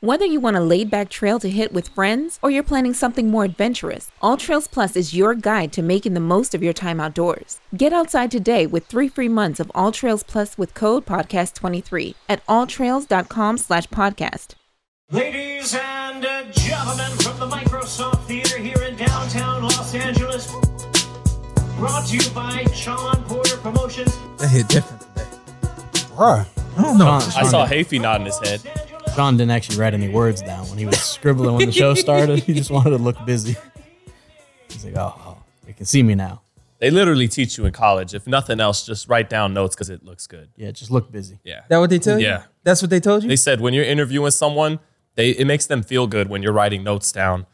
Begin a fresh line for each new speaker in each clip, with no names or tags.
Whether you want a laid back trail to hit with friends or you're planning something more adventurous, All Trails Plus is your guide to making the most of your time outdoors. Get outside today with three free months of All Trails Plus with code podcast23 at alltrails.com slash podcast.
Ladies and uh, gentlemen, from the Microsoft Theater here in downtown Los Angeles, brought to you by Sean Porter Promotions.
That hit different today.
Bruh.
I don't know.
Sean- I saw Hafey nodding his head.
Sean didn't actually write any words down when he was scribbling when the show started. He just wanted to look busy. He's like, oh, oh, they can see me now.
They literally teach you in college. If nothing else, just write down notes because it looks good.
Yeah, just look busy.
Yeah.
that what they tell you?
Yeah.
That's what they told you?
They said when you're interviewing someone, they it makes them feel good when you're writing notes down.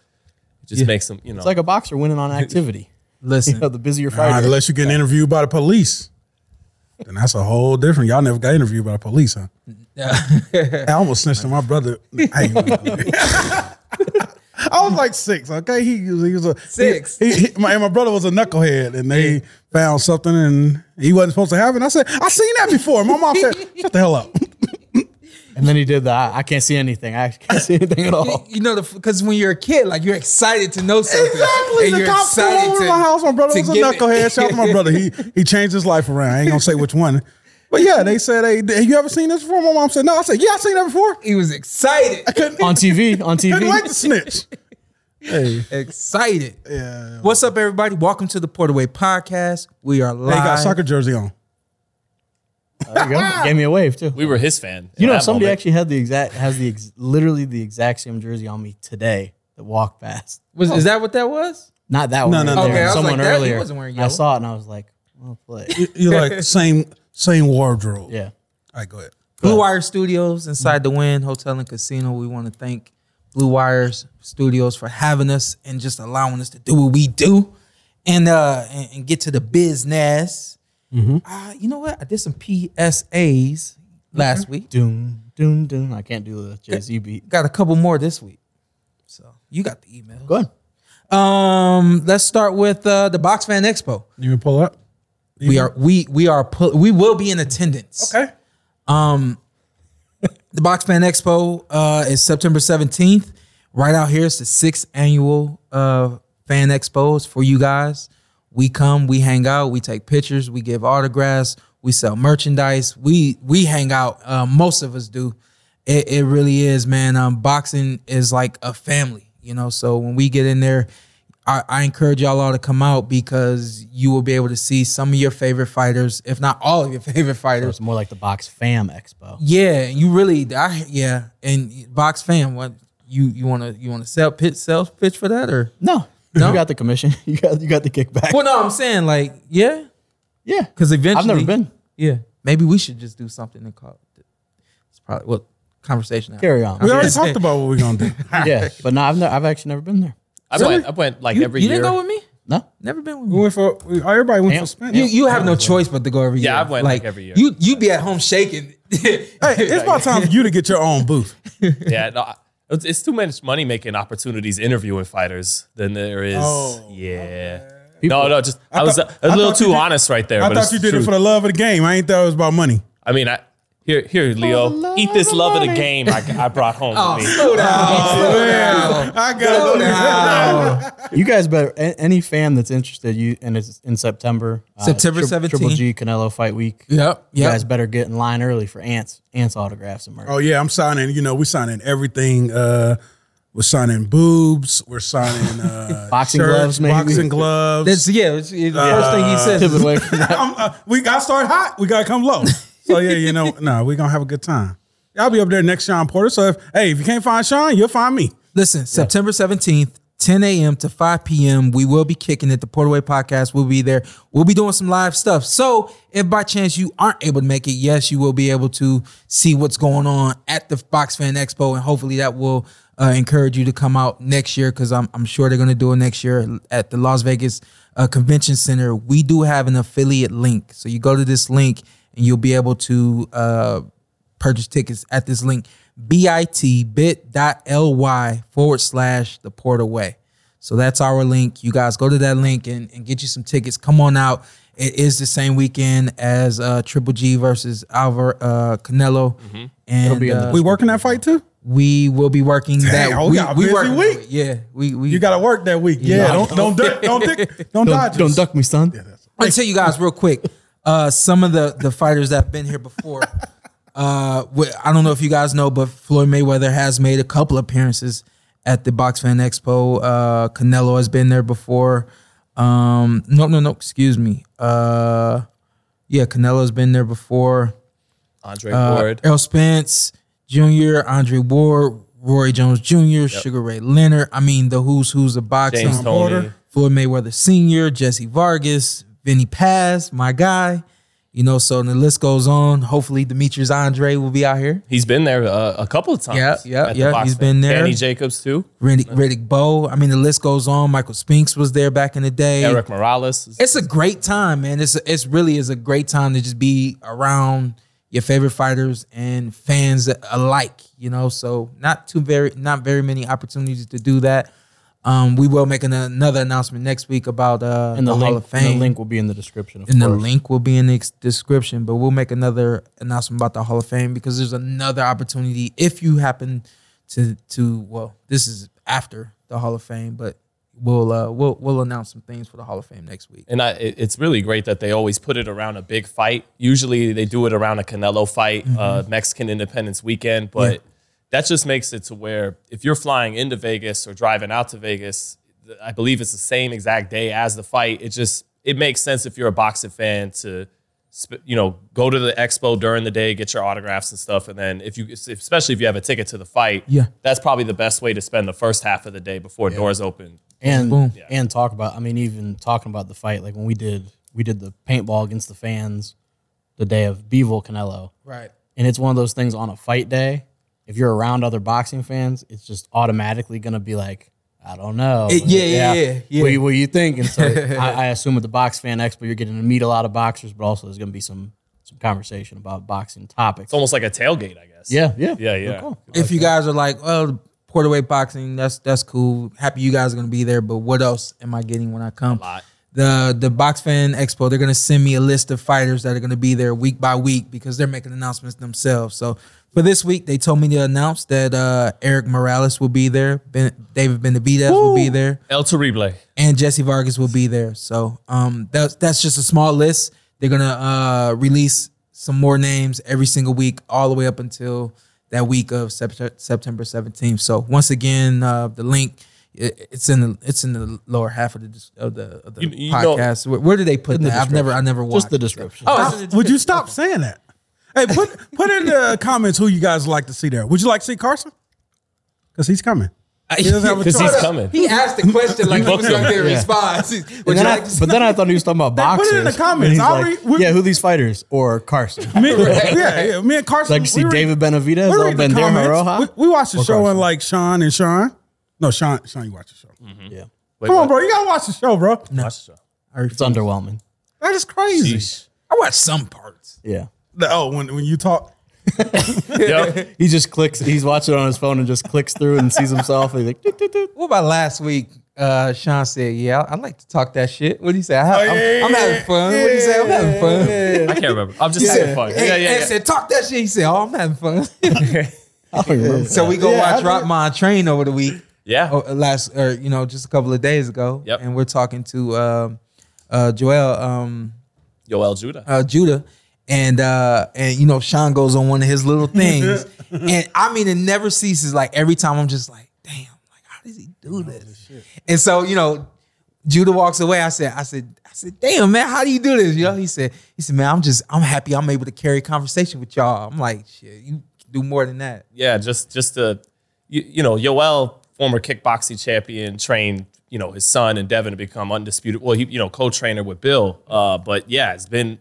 It just makes them, you know.
It's like a boxer winning on activity. you
Listen,
know, the busier
Nah,
fighter.
unless you get interviewed by the police. Then that's a whole different. Y'all never got interviewed by the police, huh? I almost snitched on my brother. I, ain't gonna do it. I was like six, okay? He, was- he was a
Six.
He, he- my, and my brother was a knucklehead, and they found something, and he wasn't supposed to have it. I said, I seen that before. My mom said, "Shut the hell up."
And then he did the, I, I can't see anything. I can't see anything at all.
you know, because when you're a kid, like you're excited to know something.
Exactly.
And
The
you're
cop flew
excited
over
to-
my house. My brother
to
was a
give it-
knucklehead. Shout out to my brother. He he changed his life around. I ain't gonna say which one. But yeah, they said, "Hey, have you ever seen this before?" My mom said, "No." I said, "Yeah, I seen that before."
He was excited.
On TV, on
Couldn't wait to
TV.
snitch. Hey,
excited. Yeah. What's up, everybody? Welcome to the Portaway Podcast. We are
they
live.
got soccer jersey on.
There you go. Gave me a wave too.
we were his fan.
You
in
know,
that
somebody
moment.
actually had the exact has the ex, literally the exact same jersey on me today that walked past.
Was, Is that what that was?
Not that one.
no, no.
there.
Okay, I
was
Someone
like, that- he
earlier.
wasn't wearing
and I
yellow.
saw it and I was like, well played.
You're like same same wardrobe.
Yeah.
All right, go ahead.
Blue Wire Studios inside the Wind Hotel and Casino. We want to thank Blue Wires Studios for having us and just allowing us to do what we do and uh and, and get to the business. Uh, you know what? I did some PSAs last week.
Doom, doom, doom. I can't do the Jay Z beat.
Got a couple more this week. So you got the email.
Go ahead.
Um, let's start with uh, the Box Fan Expo.
You gonna pull up?
We are we we are pu- we will be in attendance.
Okay.
The Box Fan Expo uh, is September 17th. Right out here, it's the sixth annual uh, Fan Expos for you guys. We come, we hang out, we take pictures, we give autographs, we sell merchandise. We we hang out. Uh, most of us do. It, it really is, man. Um, boxing is like a family, you know. So when we get in there, I, I encourage y'all all to come out because you will be able to see some of your favorite fighters, if not all of your favorite fighters.
It's more like the Box Fam Expo.
Yeah, and you really, I, yeah, and box fan. What you you want to you want to sell pitch sell pitch for that or?
No, you got the commission. You got you got the kickback.
Well, no, I'm saying like yeah,
Yeah,
because eventually
I've never been.
Yeah, maybe we should just do something and call it. It's probably well conversation. after.
Carry on.
We already talked about what we're gonna do.
yeah, but no, I've never, I've actually never been there.
I went, I went like
You,
every
you
year.
didn't go with me?
No,
Never been with
We
me.
went for we, everybody went for spin.
You, you have no choice but to go every year.
Yeah, I went, like, every year.
You you be at home shaking.
hey, it's about time for you to get your own booth.
yeah, no, I- it's, it's too much money making opportunities interviewing fighters than there is. yeah. No, no, just I, was
thought-
a, a
Oh, I
little
thought you
too
did-
honest right there.
I
but
thought
it's
you did
true.
it for the love of the game. I ain't thought it was about money.
I mean, I here, here, Leo, eat this love of the game I, I brought home with
Oh,
me.
Slow down. Slow down.
I got
Slow down.
you guys better. a- Any fam that's interested, you and it's in September. uh,
September
tri-
17.
Triple G Canelo Fight Week.
Yep.
You guys
Yep.
better get in line early for ants ants autographs and merch.
Oh yeah, I'm signing. You know, we're signing everything. Uh, we're signing boobs. We're signing uh,
Boxing gloves, maybe.
Boxing gloves.
That's yeah. it's- it's The first thing he says.
Pivot
is-
away from that.
I'm, uh, we got to start hot. We got to come low. So yeah, you know, no, we're gonna have a good time. I'll be up there next Sean Porter. So if hey, if you can't find Sean, you'll find me.
Listen, September 17th, 10 a.m. to 5 p.m. We will be kicking it. The Portaway Podcast will be there. We'll be doing some live stuff. So if by chance you aren't able to make it, yes, you will be able to see what's going on at the Box Fan Expo. And hopefully that will uh, encourage you to come out next year because I'm, I'm sure they're going to do it next year at the Las Vegas uh, Convention Center. We do have an affiliate link. So you go to this link and you'll be able to uh, purchase tickets at this link bit bit.ly forward slash the port away so that's our link you guys go to that link and, and get you some tickets come on out it is the same weekend as uh triple g versus Alvar uh canelo and
be in the-
uh,
We working that fight too?
we will be working
Dang,
that
oh, we got a busy
working-
week.
Yeah, we we
You got to work that week. Yeah,
Nah.
don't don't duck, don't dick, don't, dodge.
Don't, don't
us.
duck me, son.
I tell you guys real quick. Uh, some of the the fighters that have been here before. Uh, wh- I don't know if you guys know, but Floyd Mayweather has made a couple appearances at the Box Fan Expo. Uh, Canelo has been there before. Um, no, no, no. Excuse me. Uh, yeah, Canelo has been there before.
Andre
Uh,
Ward.
Errol Spence Jr., Andre Ward, Roy Jones Jr., Sugar Ray Leonard. I mean, the who's who's of boxing.
James Tony.
Porter.
Floyd Mayweather Sr., Jesse Vargas, Vinny Paz, my guy. You know, so the list goes on. Hopefully, Demetrius Andre will be out here.
He's been there uh, a couple of times.
Yeah, yeah,
at the
yeah,
box
he's
thing.
been there.
Danny Jacobs too.
Randy, Riddick Bowe. I mean, the list goes on. Michael Spinks was there back in the day.
Eric Morales. is-
It's a great time, man. It's it's really is a great time to just be around your favorite fighters and fans alike. You know, so not too very not very many opportunities to do that. Um, we will make an, another announcement next week about uh,
And the,
Hall
link,
of Fame.
and the link will be in the description. Of
And the
course.
link will be in the ex- description, but we'll make another announcement about the Hall of Fame because there's another opportunity if you happen to to well, this is after the Hall of Fame, but we'll uh we'll we'll announce some things for the Hall of Fame next week.
and I, it- it's really great that they always put it around a big fight. Usually they do it around a Canelo fight, uh,
Mm-hmm.
Mexican Independence Weekend, but that just makes it to where if you're flying into Vegas or driving out to Vegas, th- I believe it's the same exact day as the fight. It just it makes sense if you're a boxing fan to sp- you know go to the expo during the day, get your autographs and stuff, and then if you especially if you have a ticket to the fight,
Yeah.
that's probably the best way to spend the first half of the day before doors open.
and
Boom.
and talk about. I mean, even talking about the fight, like when we did we did the paintball against the fans the day of Beevil Canelo,
Right.
and it's one of those things on a fight day. If you're around other boxing fans, it's just automatically gonna be like, I don't know.
It- yeah, yeah, yeah, yeah.
What, you, what you think? And so I, I assume at the Box Fan Expo, you're getting to meet a lot of boxers, but also there's gonna be some some conversation about boxing topics.
It's almost like a tailgate, I guess.
Yeah, yeah,
Yeah, yeah.
Cool.
If you guys are like, well, Portaway Boxing, that's that's cool. Happy you guys are gonna be there, but what else am I getting when I come?
lot.
The the Box Fan Expo, they're gonna send me a list of fighters that are gonna be there week by week because they're making announcements themselves. So for this week, they told me to announce that uh, Eric Morales will be there, ben, David Benavidez will be there,
El Terrible.
and Jesse Vargas will be there. So um, that's that's just a small list. They're gonna uh, release some more names every single week, all the way up until that week of Sept- September seventeenth. So once again, uh, the link it, it's in the it's in the lower half of the dis- of the, of the
You- you know-
podcast. where, where do they put that? I've never I never watched
Just the description.
Oh, it's in the
Would you stop saying that? Hey, put put in the comments who you guys like to see there. Would you like to see Carson? Because he's coming. He doesn't have a
Because
Oh,
choice.
he's coming.
He asked the question like he
booked
was not
him.
getting a
Yeah.
response. Would you
And then
like
I,
to see-
but then I thought he was talking about
They
boxers.
put it in the comments.
And he's
I'll
like,
read- we-
yeah, who these fighters or Carson?
Me, yeah, yeah, me and Carson.
Like to see
we read-
David Benavidez
we
or
read the
Bandeira
comments.
Roja?
We, we watched the
Or
show and
Carson?
like Sean and Sean. No, Sean, Sean, you watch the show.
Mm.
yeah,
Wait,
Come on,
what?
bro. You gotta watch the show, bro.
it's underwhelming.
That is crazy.
I watched some parts.
Yeah,
The- Oh, when when you talk,
Yep.
he just clicks. He's watching it on his phone and just clicks through and sees himself. And he's like, "Doot, doot, doot."
What about last week? Uh, Sean said, "Yeah, I, I like to talk that shit." What do you say? I have,
yeah,
I'm,
Oh, yeah,
I'm having
yeah.
fun. what do you say? I'm having fun.
I can't remember. I'm just having fun.
Hey,
Yeah, yeah,
Ed
yeah.
said, "Talk that shit." He said, "Oh, I'm having fun."
I don't remember.
so we go
Yeah, I
watch Rock My Train over the week.
Yeah.
oh, last or you know just a couple of days ago.
Yep.
And we're talking to um, uh, Joel um,
Yoel Judah.
uh, Judah, and uh, and you know Sean goes on one of his little things, and I mean it never ceases. Like every time I'm just like, damn, like how does he do this? And so you know, Judah walks away. I said, I said, I said, damn man, how do you do this? You know, he said, he said, man, I'm just, I'm happy, I'm able to carry conversation with y'all. I'm like, shit, you do more than that.
yeah, just just to you, you know, Yoel, former kickboxing champion, trained you know his son and Devin to become undisputed. Well, he you know co-trainer with Bill, uh, but yeah, it's been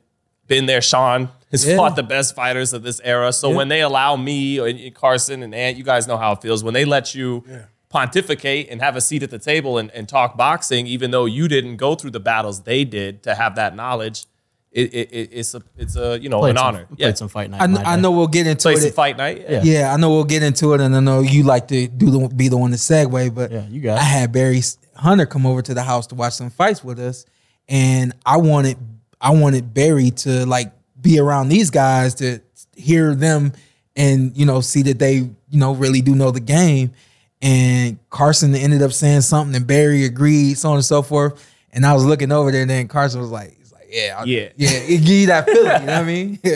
been there. Sean has
Yeah.
fought the best fighters of this era. So when they allow me or and Carson and Ant, you guys know how it feels when they let you. Pontificate and have a seat at the table and, and talk boxing, even though you didn't go through the battles they did to have that knowledge. It, it, it- it's a it's a you know
Played
an
some-
honor.
Played
Yeah,
some fight night.
I,
in
kn-
my
I
day.
know we'll get into
play
it.
some fight night. Yeah.
Yeah, I know we'll get into it, and I know you like to do the be the one to segue, but
Yeah, you got it.
I had Barry Hunter come over to the house to watch some fights with us, and I wanted I wanted Barry to like be around these guys to hear them and you know see that they you know really do know the game. And Carson ended up saying something, and Barry agreed, so on and so forth. And I was looking over there, and then Carson was like, "He's like, yeah, I-
Yeah.
yeah, it give you that feeling." you know what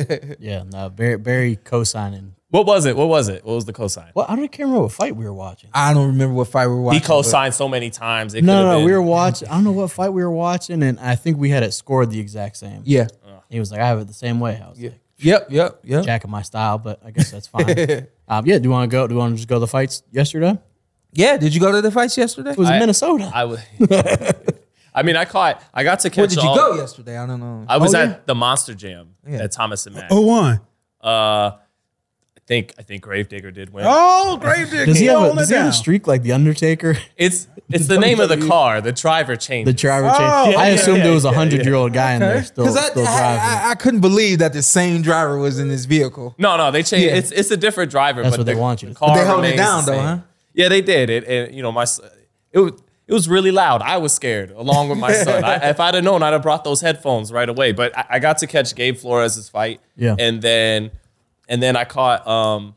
I mean?
Yeah, no, Barry, Barry co-signing.
What was it? What was it? What was the cosign?
Well, I don't can't remember what fight we were watching.
I don't remember what fight we were watching.
He
but-
co-signed so many times. It
No,
could've
no, no,
been-
we were watching. I don't know what fight we were watching, and I think we had it scored the exact same.
Yeah.
he was like, I have it the same way. I was like,
Yep. Yep. Yep.
jack of my style, but I guess that's fine. um, yeah, do you want to go? Do you want to just go to the fights yesterday?
Yeah. Did you go to the fights yesterday?
It was
I-
Minnesota.
I was. I mean, I caught. I got to catch.
Where did you
all-
go yesterday? I don't know.
I was
Oh,
at
yeah.
the Monster Jam at Thomas and Mack.
Oh, one.
Uh, I think I think Gravedigger did win.
Oh, grave digger.
does he, have a,
Hold it
does he have
down.
a streak like the Undertaker?
It's it's the name of the car. The driver changed.
The driver
Oh,
changed. I
yeah,
assumed
yeah,
it was a hundred year old guy in there still,
Because I,
still driving.
I, I, I couldn't believe that the same driver was in this vehicle.
no, no, they changed.
Yeah.
It's it's a different driver.
That's
but
what they
the-
want you
the
to think.
car
They held it
remains the
down, though,
same.
huh?
Yeah, they did. It and you know my son- it was it was really loud. I was scared along with my son. I, if I'd have known, I'd have brought those headphones right away. But I, I got to catch Gabe Flores's fight.
Yeah.
and then and then I caught um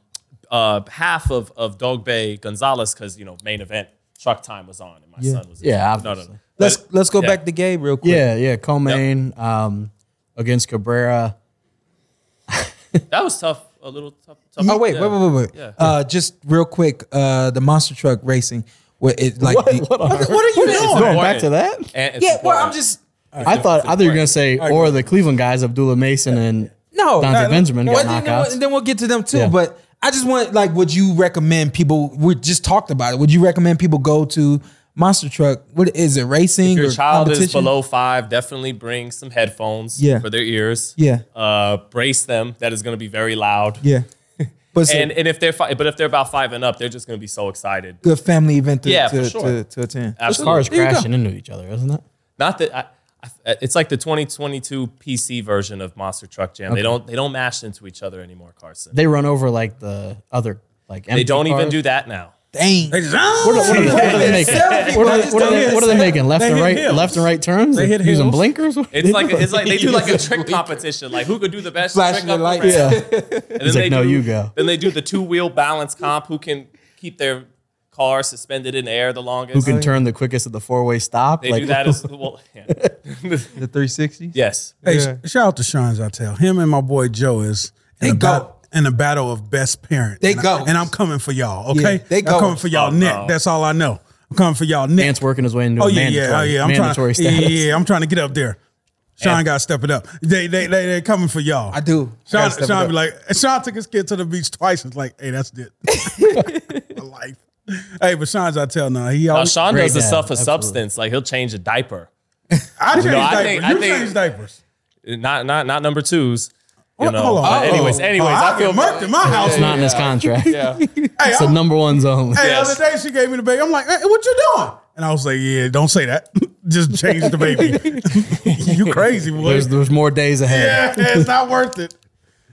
uh half of of Dog Bay Gonzalez because you know main event truck time was on and my son was
Yeah,
no
obviously.
no.
Let's
But-
let's go
yeah.
back to Gabe real quick.
yeah, yeah. Comain um, against Cabrera.
That was tough. A little tough. tough
Oh wait,
yeah.
wait, wait, wait, wait.
Yeah.
Uh, just real quick, uh, the monster truck racing. What it like?
What,
the-
what, on
what
earth?
are you doing?
Going
Important.
back to that?
And it's
Yeah, well,
important.
I'm just
I thought I thought you were gonna say or the Cleveland guys, Abdullah Mason and
no.
Dante
no,
Benjamin
well,
got
then, then, we'll,
knockouts.
then we'll get to them too.
Yeah.
But I just want like, would you recommend people? We just talked about it. Would you recommend people go to monster truck? What is it? Racing?
If your
or
child is
competition?
below five, definitely bring some headphones
Yeah.
for their ears.
Yeah.
Uh, brace them. That is going to be very loud.
Yeah, but it's
And
a
and if they're fi- but if they're about five and up, they're just going to be so excited.
good family event to
Yeah, for
to,
sure.
to, to attend.
Absolutely.
Cars
There you go.
crashing into each other, isn't it?
Not that I, I, it's like the 2022 PC version of Monster Truck Jam. They don't they don't mash into each other anymore, Carson. They,
They run over like the other like empty
don't even
cars.
do that now.
Dang.
They just, oh, what,
What are, what are they making? What are they, what are they- what are they making? Left
They
and
hit
right,
hills.
left and right turns.
They hit
using
hills.
blinkers. What are
It's
they
like
doing?
it's like they do like a trick competition, like who could do the best
Flashing
trick
the
up
lights.
ramp.
yeah.
And then
He's like,
they
"No,
do-
you go."
Then they do the two wheel balance comp. Who can keep their car suspended in air the longest?
Who can turn the quickest at the four way stop?
They
like
do that as well. yeah.
The 360s?
yes.
Hey,
Yeah.
sh- shout out to Sean Zartel. Him and my boy Joe is in,
They
a,
go.
bat- in a battle of best parent.
They
and
go.
I, and I'm coming for y'all. Okay,
Yeah, they
I'm
go.
coming for y'all
Oh,
neck.
no.
That's all I know. I'm coming for y'all neck.
Ant's working his way into
Oh
a
yeah,
mandatory,
yeah, oh, yeah. I'm
mandatory
trying. Yeah,
status.
yeah, yeah. I'm trying to get up there. Sean got to step it up. They they they they coming for y'all.
I do. I
Sean,
gotta step it
Sean
up.
be like, Sean took his kid to the beach twice. It's like, hey, that's it. My life. Hey, but Sean's I tell now. He
Now
always.
Sean
Great
does the
dad,
stuff for
absolutely.
substance. Like he'll change a diaper.
I change
No, I
diapers.
think- I
you
think-
change diapers.
Not not not number twos. You
What?
know.
Hold on.
But anyways,
Oh.
anyways,
Oh,
I feel
get murked in my house.
It's not in his contract.
hey,
It's the
I'm-
number ones only.
Hey,
Yes.
the other day she gave me the baby. I'm like, hey, what you doing? And I was like, yeah, don't say that. Just change the baby. you crazy boy.
There's there's more days ahead.
yeah, it's not worth it.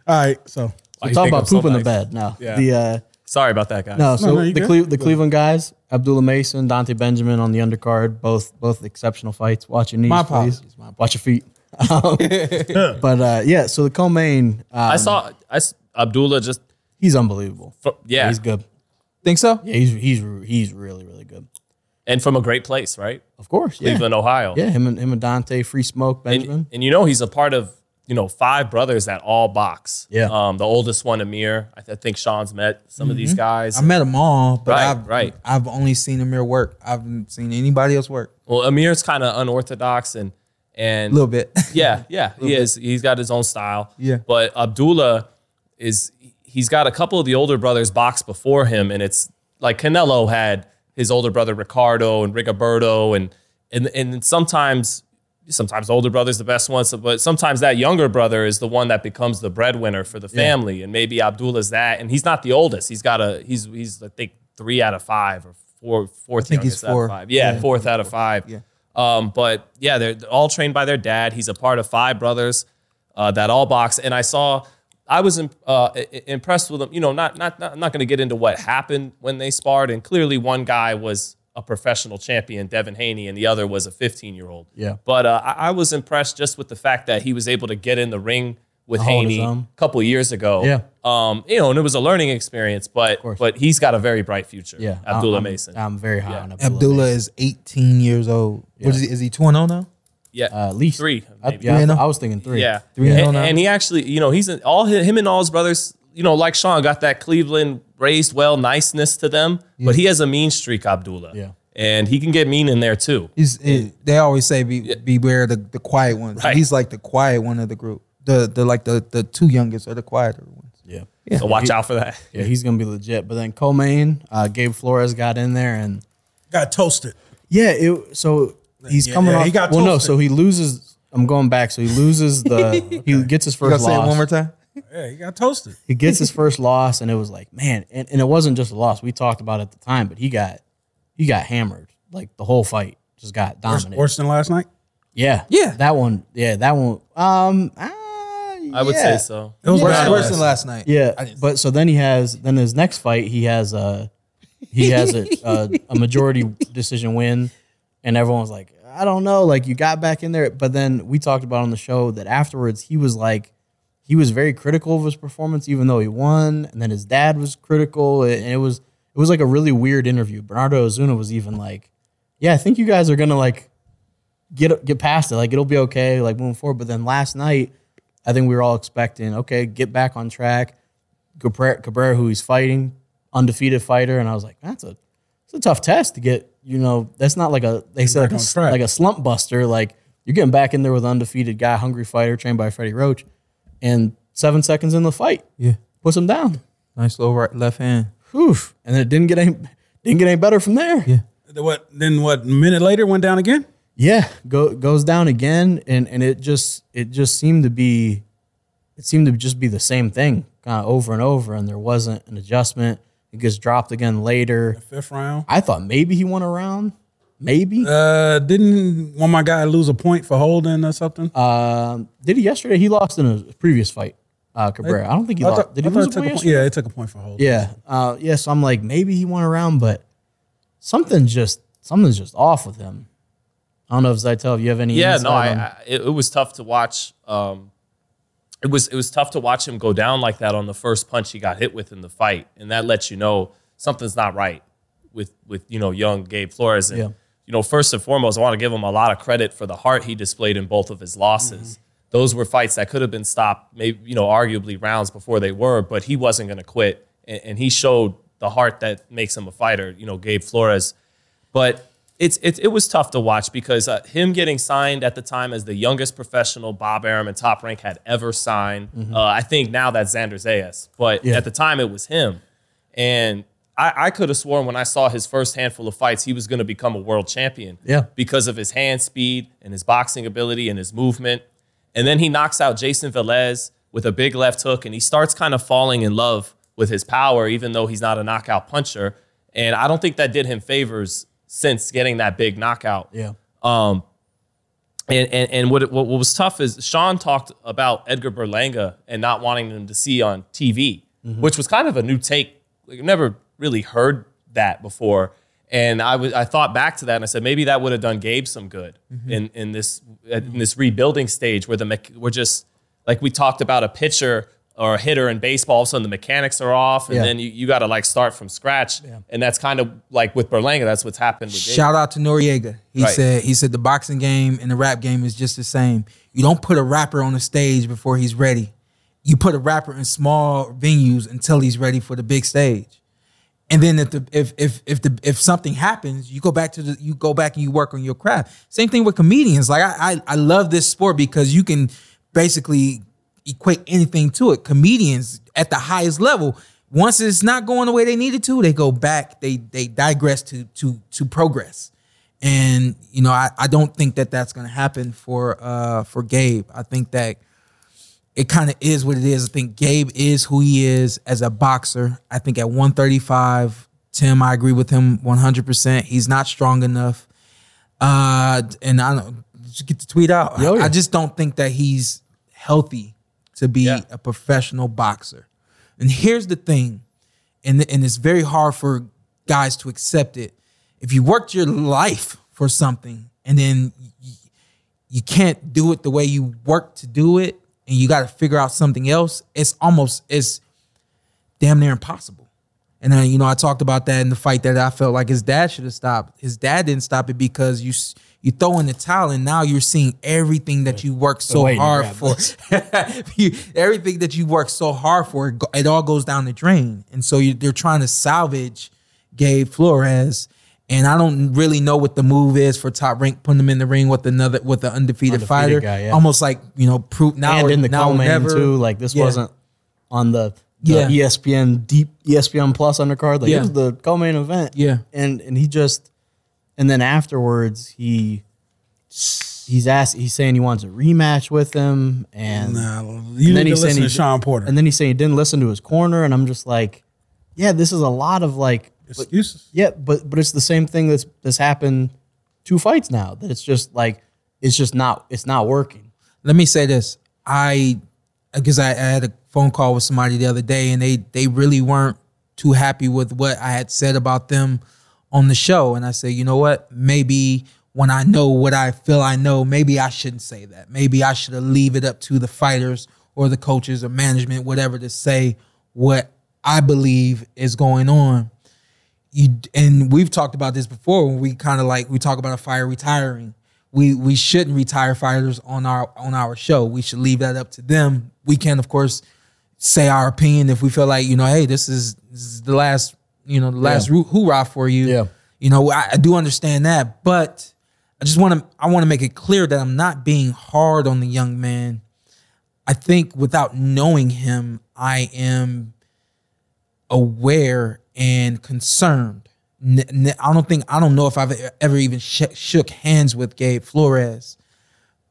All right, so
Why
We're talking
you think
about
I'm so
poop in the
nice?
bed. No,
Yeah.
the uh,
Sorry about that, guys.
no. So
no, you
the
good.
Cle- the Cleveland guys, Abdullah Mason, Dante Benjamin on the undercard, both both exceptional fights. Watch your knees,
My
please. Watch your feet. Um, but uh, yeah, so the co-main, uh,
I saw I s- Abdullah just
he's unbelievable.
fr- yeah,
he's good.
Think so?
Yeah, he's he's re- he's really really good.
and from a great place, right?
Of course, yeah.
Cleveland, Ohio.
Yeah, him and him and Dante, Free Smoke, Benjamin.
and, and you know he's a part of you know five brothers that all box.
Yeah.
Um, the oldest one, Amir. I, th- I think Sean's met some of
Mm-hmm.
these guys.
I met them all, but
Right,
I've,
right.
I've only seen Amir work. I haven't seen anybody else work.
well, Amir's kind of unorthodox and and
A little bit.
Yeah, yeah, he is. He's got his own style.
Yeah.
But Abdullah is he's got a couple of the older brothers box before him, and it's like Canelo had his older brother Ricardo and Rigoberto, and and and sometimes sometimes the older brother's the best one, so, but sometimes that younger brother is the one that becomes the breadwinner for the family, and maybe Abdullah's that, and he's not the oldest. He's got a he's he's I think three out of five or four fourth. I
think he's four.
Out of five. Yeah,
Yeah.
fourth out of five.
Yeah.
Um, but yeah, they're all trained by their dad. He's a part of five brothers uh, that all box. And I saw, I was im- uh, i- i- impressed with them. You know, not not, not I'm not going to get into what happened when they sparred. And clearly, one guy was a professional champion, Devin Haney, and the other was a 15 year old.
Yeah.
But uh, I, I was impressed just with the fact that he was able to get in the ring with
A hold his
Haney a
own.
couple years ago.
Yeah.
Um, you know, and it was a learning experience, but
course.
but he's got a very bright future.
Yeah, I-
Abdullah
I'm-
Mason.
I'm very high on Abdullah.
Abdullah
Mason.
is 18 years old. What is, he, is he 2 and 0 now?
yeah.
uh, at least
three,
I,
maybe.
yeah,
Three and
I,
oh?
I was thinking three.
Yeah.
Three and oh
and,
now?
and he actually, you know, he's in, all hi- him and all his brothers, you know, like Sean got that Cleveland raised well niceness to them, but he has a mean streak, Abdullah.
Yeah.
And he can get mean in there too.
He's, he- they always say be, beware the, the quiet ones.
Right.
He's like the quiet one of the group. The the like the, the two youngest are the quieter ones.
yeah,
So watch out for that.
yeah. He's gonna be legit. But then Colmain, uh, Gabe Flores got in there and
Got toasted.
yeah, it, so he's
Yeah,
coming
yeah,
off.
he got
well, no,
toasted.
so he loses. I'm going back. So he loses the. He gets his
You
first
gonna say it
loss.
one more time?
Yeah, he got toasted.
he gets his first loss and it was like man and, and it wasn't just a loss we talked about it at the time but he got he got hammered like the whole fight just got
Worse,
dominated
worse than last night.
yeah
Yeah.
that one yeah that one um I
I would say so.
It was
Worse,
bad.
worse than last night.
yeah but so then he has then his next fight he has a he has a, a, a majority decision win and everyone was like i don't know like you got back in there but then we talked about on the show that afterwards he was like he was very critical of his performance even though he won and then his dad was critical and it was it was like a really weird interview bernardo ozuna was even like yeah i think you guys are gonna like get get past it like it'll be okay like moving forward but then last night i think we were all expecting okay get back on track Cabrera, Cabrera, who he's fighting, undefeated fighter, and I was like, that's a, it's a tough test to get. You know, that's not like a they said like a,
on
s-
track.
like a slump buster. Like you're getting back in there with undefeated guy, hungry fighter, trained by Freddie Roach, and seven seconds in the fight,
Yeah.
puts him down.
Nice little right left hand.
Whew. And then it didn't get any didn't get any better from there. Yeah,
The What? Then what? A minute later, went down again.
go, goes down again, and and it just it just seemed to be, it seemed to just be the same thing kind of over and over, and there wasn't an adjustment. It gets dropped again later.
Fifth round.
I thought maybe he won a round. Maybe.
Uh, didn't one of my guy lose a point for holding or something?
um, did he yesterday? He lost in a previous fight, uh, Cabrera. I, don't think he lost.
thought-
did he
I thought
lose a
it took
point
point-
yesterday?
Yeah, it took a point for holding.
Yeah. Uh, yeah. So I'm like, maybe he won a round, but something's just something's just off with him. I don't know if Zaitel, if you have any.
Yeah,
insight
no, I,
on-
I it, it was tough to watch. Um, it was it was tough to watch him go down like that on the first punch he got hit with in the fight, and that lets you know something's not right with with you know young Gabe Flores. And
Yeah.
you know, first and foremost, I want to give him a lot of credit for the heart he displayed in both of his losses. Those were fights that could have been stopped, maybe you know, arguably rounds before they were, but he wasn't going to quit, and, and he showed the heart that makes him a fighter. You know, Gabe Flores but it's it, it was tough to watch because uh, him getting signed at the time as the youngest professional Bob Arum and Top Rank had ever signed. Uh, I think now that's Xander Zayas, but at the time it was him. And I, I could have sworn when I saw his first handful of fights, he was going to become a world champion.
Yeah.
Because of his hand speed and his boxing ability and his movement. And then he knocks out Jason Velez with a big left hook and he starts kind of falling in love with his power, even though he's not a knockout puncher. And I don't think that did him favors since getting that big knockout.
yeah.
Um, and and, and what, it- what what was tough is Sean talked about Edgar Berlanga and not wanting him to see on TV, which was kind of a new take. Like, I've never really heard that before. And I was I thought back to that and I said maybe that would have done Gabe some good in in this in this rebuilding stage where the mech- we're just like we talked about a pitcher or a hitter in baseball, all of a sudden the mechanics are off, and
Yeah.
then you, you got to like start from scratch. And that's kind of like with Berlanga, that's what's happened with Gabe.
Shout out to Noriega. He
Right.
said he said the boxing game and the rap game is just the same. You don't put a rapper on the stage before he's ready. You put a rapper in small venues until he's ready for the big stage. And then if the if if if the if something happens, you go back to the you go back and you work on your craft. Same thing with comedians. Like I I, I love this sport because you can basically equate anything to it. Comedians at the highest level, once it's not going the way they needed to, they go back. They they digress to to to progress. And you know I I don't think that that's going to happen for uh for Gabe. I think that it kind of is what it is. I think Gabe is who he is as a boxer. I think at 135, Tim, I agree with him 100%. He's not strong enough. Uh, and I don't just get the tweet out.
Yeah, oh yeah.
I just don't think that he's healthy to be
Yeah.
a professional boxer. And here's the thing, and, and it's very hard for guys to accept it. If you worked your life for something and then you can't do it the way you work to do it and you got to figure out something else, it's almost it's damn near impossible. And then you know I talked about that in the fight that I felt like his dad should have stopped. His dad didn't stop it because you s- you throw in the towel and now you're seeing everything that you worked so
waiting to
hard
grab
for. You- everything that you worked so hard for, it go- it all goes down the drain. And so you, they're trying to salvage Gabe Flores. And I don't really know what the move is for top rank, putting him in the ring with another with the undefeated,
Undefeated
fighter.
guy, yeah.
Almost like you know, prove now
and
or,
in the
now or
co-main
never.
too. Like this
Yeah.
wasn't on the, the E
Yeah.
ESPN deep E ESPN Plus undercard. Like
Yeah.
it was the co-main event.
Yeah.
and and he just and then afterwards he he's asked he's saying he wants a rematch with him and
Nah, you
then
need
he
to
said
listen
he
to
did-
Sean Porter.
and then he's saying he didn't listen to his corner and I'm just like, yeah, this is a lot of like but-
Excuses.
Yeah, but but it's the same thing that's that's happened two fights now. That it's just like it's just not it's not working.
let me say this. I because I, I had a phone call with somebody the other day and they they really weren't too happy with what I had said about them on the show. And I said, you know what? Maybe when I know what I feel I know, maybe I shouldn't say that. Maybe I should leave it up to the fighters or the coaches or management, whatever, to say what I believe is going on you and we've talked about this before when we kind of like we talk about a fire retiring. We we shouldn't retire fighters on our on our show. We should leave that up to them. We can of course say our opinion if we feel like you know, hey, this is, this is the last you know the last roo- hoorah for you.
Yeah.
you know I, I do understand that, but I just want to I want to make it clear that I'm not being hard on the young man. I think without knowing him, I am aware and concerned. N- n- I don't think I don't know if I've e- ever even sh- shook hands with Gabe Flores,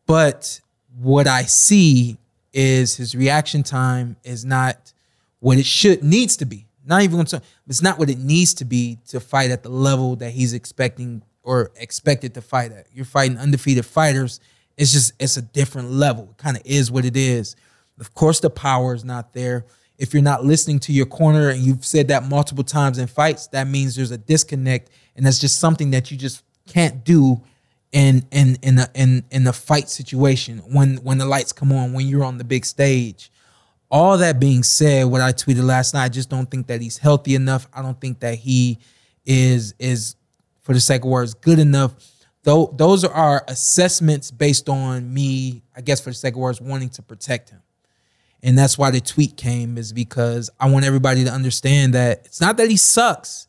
but what I see is his reaction time is not what it should needs to be. Not even going to. It's not what it needs to be to fight at the level that he's expecting or expected to fight at. You're fighting undefeated fighters. It's just it's a different level. It kind of is what it is. Of course, the power is not there. If you're not listening to your corner and you've said that multiple times in fights, that means there's a disconnect, and that's just something that you just can't do in in in a, in in a fight situation when when the lights come on when you're on the big stage. All that being said, what I tweeted last night, I just don't think that he's healthy enough. I don't think that he is is for the sake of words good enough. Though those are our assessments based on me, I guess for the sake of words, wanting to protect him. And that's why the tweet came is because I want everybody to understand that it's not that he sucks.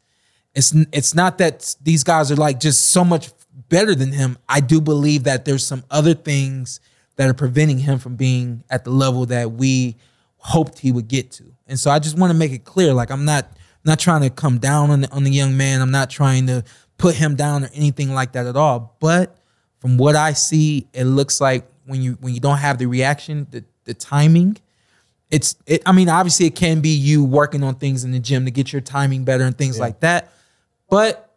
It's it's not that these guys are like just so much better than him. I do believe that there's some other things that are preventing him from being at the level that we hoped he would get to. And so I just want to make it clear like I'm not not trying to come down on the, on the young man. I'm not trying to put him down or anything like that at all. But from what I see, it looks like when you when you don't have the reaction, the the timing, it's it, i mean obviously it can be you working on things in the gym to get your timing better and things like that but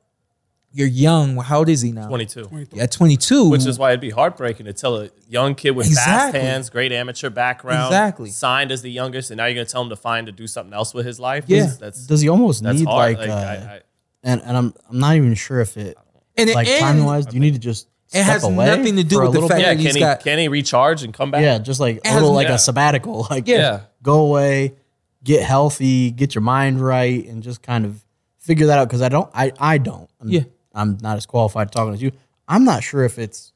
you're young Well, how old is he now
22.
yeah 22
Which
Mm.
is why it'd be heartbreaking to tell a young kid with
Exactly.
fast hands, great amateur background,
Exactly.
signed as the youngest, and now you're going to tell him to find to do something else with his life.
Yeah.
That's, that's,
Does he almost
that's
need
hard.
like, uh,
I- I-
and and I'm I'm not even sure if it
and, it-
like
and
timing wise, do you need to just
It
step
has
away
nothing to do
for a
with the
little
fact
yeah,
and he's
can he,
got-
can he recharge and come back?
Yeah, just like a
has-
little like
yeah.
a sabbatical. Like
Yeah.
go away, get healthy, get your mind right, and just kind of figure that out. Because I don't, I I don't. I'm,
Yeah.
I'm not as qualified talking as you. I'm not sure if it's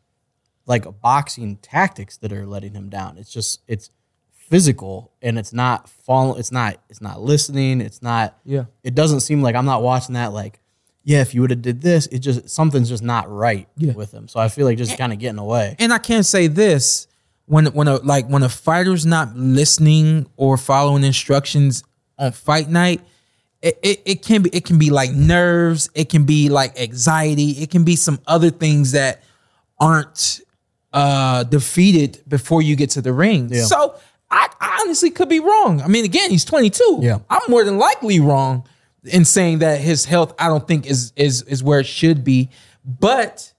like a boxing tactics that are letting him down. It's just it's physical and it's not following. It's not it's not listening. It's not.
Yeah.
It doesn't seem like I'm not watching that like. Yeah, if you would have did this, it just something's just not right with him. So I feel like just kind of getting away.
and i can't say this when when a like when a fighter's not listening or following instructions on fight night it, it, it can be it can be like nerves it can be like anxiety it can be some other things that aren't uh defeated before you get to the ring so I, I honestly could be wrong i mean again he's 22
Yeah.
i'm more than likely wrong in saying that his health i don't think is is is where it should be but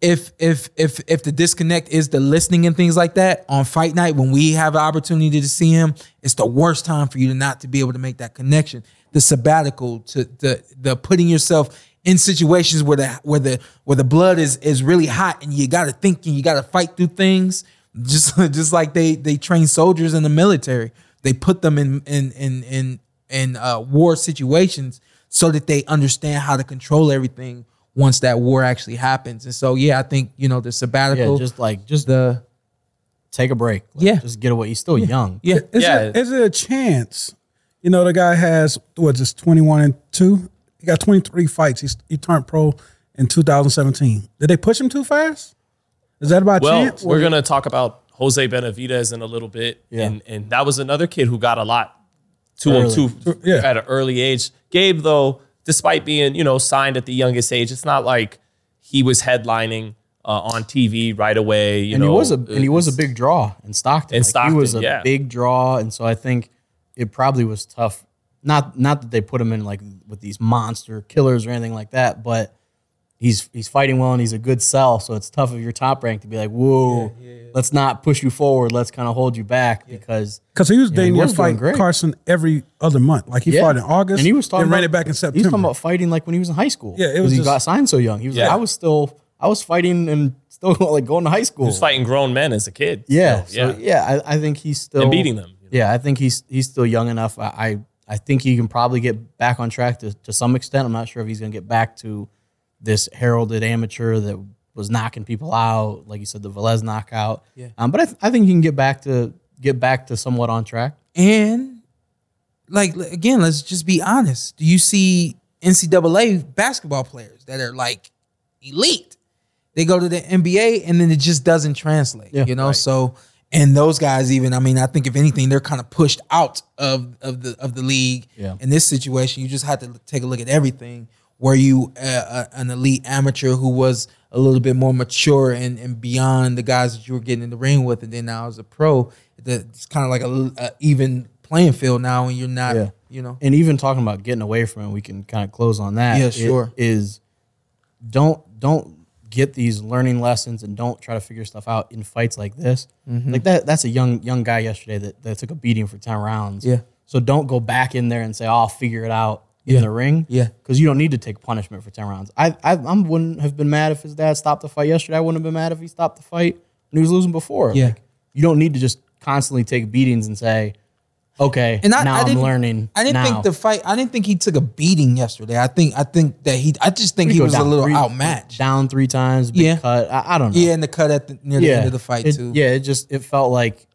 if if if if the disconnect is the listening and things like that on fight night when we have an opportunity to see him, it's the worst time for you to not to be able to make that connection. The sabbatical to the the putting yourself in situations where the where the where the blood is is really hot and you got to think and you got to fight through things. Just just like they they train soldiers in the military, they put them in in in in in uh, war situations so that they understand how to control everything once that war actually happens. And so yeah, I think you know the sabbatical,
Yeah, just like just
the
take a break. Like,
Yeah.
just get away. He's still young.
yeah.
Is,
Yeah.
it, is it a chance? You know, the guy has what's this, 21 and 2? He got 23 fights. He's, he turned pro in 2017. Did they push him too fast? Is that by
Well,
chance?
we're gonna talk about Jose Benavidez in a little bit,
Yeah.
and and that was another kid who got a lot to him
Early.
too
Yeah.
at an early age. Gabe, though, despite being you know signed at the youngest age, it's not like he was headlining uh, on TV right away. You
and
know,
he was a and he was a big draw in Stockton.
In
Like,
Stockton,
he was a
yeah.
big draw, and so I think it probably was tough. Not not that they put him in like with these monster killers or anything like that, but he's he's fighting well and he's a good sell. So it's tough if you're top ranked to be like, whoa, let's not push you forward. Let's kind of hold you back because
Because he was dating
he
yeah,
was doing
fight
great.
Carson every other month. Like he
Yeah.
fought in August
and he was talking
then
about,
ran it back in September.
He was talking about fighting like when he was in high school.
Yeah, it
'cause
was
he
just-
got signed so young. He was
Yeah.
like, I was still I was fighting and still like going to high school.
he was fighting grown men as a kid.
Yeah,
So,
so, yeah. I, I think he's still
and beating them. you know.
Yeah, I think he's he's still young enough. I I, I think he can probably get back on track to, to some extent. I'm not sure if he's going to get back to this heralded amateur that was knocking people out, like you said, the Velez knockout. Yeah. Um, but I, th- I think he can get back to get back to somewhat on track.
And like l- again, let's just be honest. Do you see NCAA basketball players that are like elite? They go to the NBA and then it just doesn't translate.
Yeah.
you know, so and those guys even, I mean, I think if anything, they're kind of pushed out of of the of the league.
Yeah.
In this situation, you just have to l- take a look at everything. Were you uh, uh, an elite amateur who was a little bit more mature and, and beyond the guys that you were getting in the ring with, and then now as a pro, the, it's kind of like a, l- a even playing field now, and you're not,
Yeah.
you know,
And even talking about getting away from it, we can kind of close on that.
Yeah,
It
sure.
Is don't don't get these learning lessons and don't try to figure stuff out in fights like this.
Mm-hmm.
Like that that's a young young guy yesterday that, that took a beating for 10 rounds.
Yeah.
So don't go back in there and say, oh, I'll figure it out in the ring.
Yeah.
Because you don't need to take punishment for 10 rounds. I I I wouldn't have been mad if his dad stopped the fight yesterday. I wouldn't have been mad if he stopped the fight when he was losing before.
Yeah.
Like, you don't need to just constantly take beatings and say, okay,
And I,
now
I
I'm
didn't,
learning.
I didn't
now.
think the fight. I didn't think he took a beating yesterday. I think. I think that he. I just think he
go
was a
down
little
three-
outmatched.
down three times. Big
Yeah.
cut. I, I don't know.
Yeah, in the cut at the, near the end of the fight
It-
too.
Yeah, it just it felt like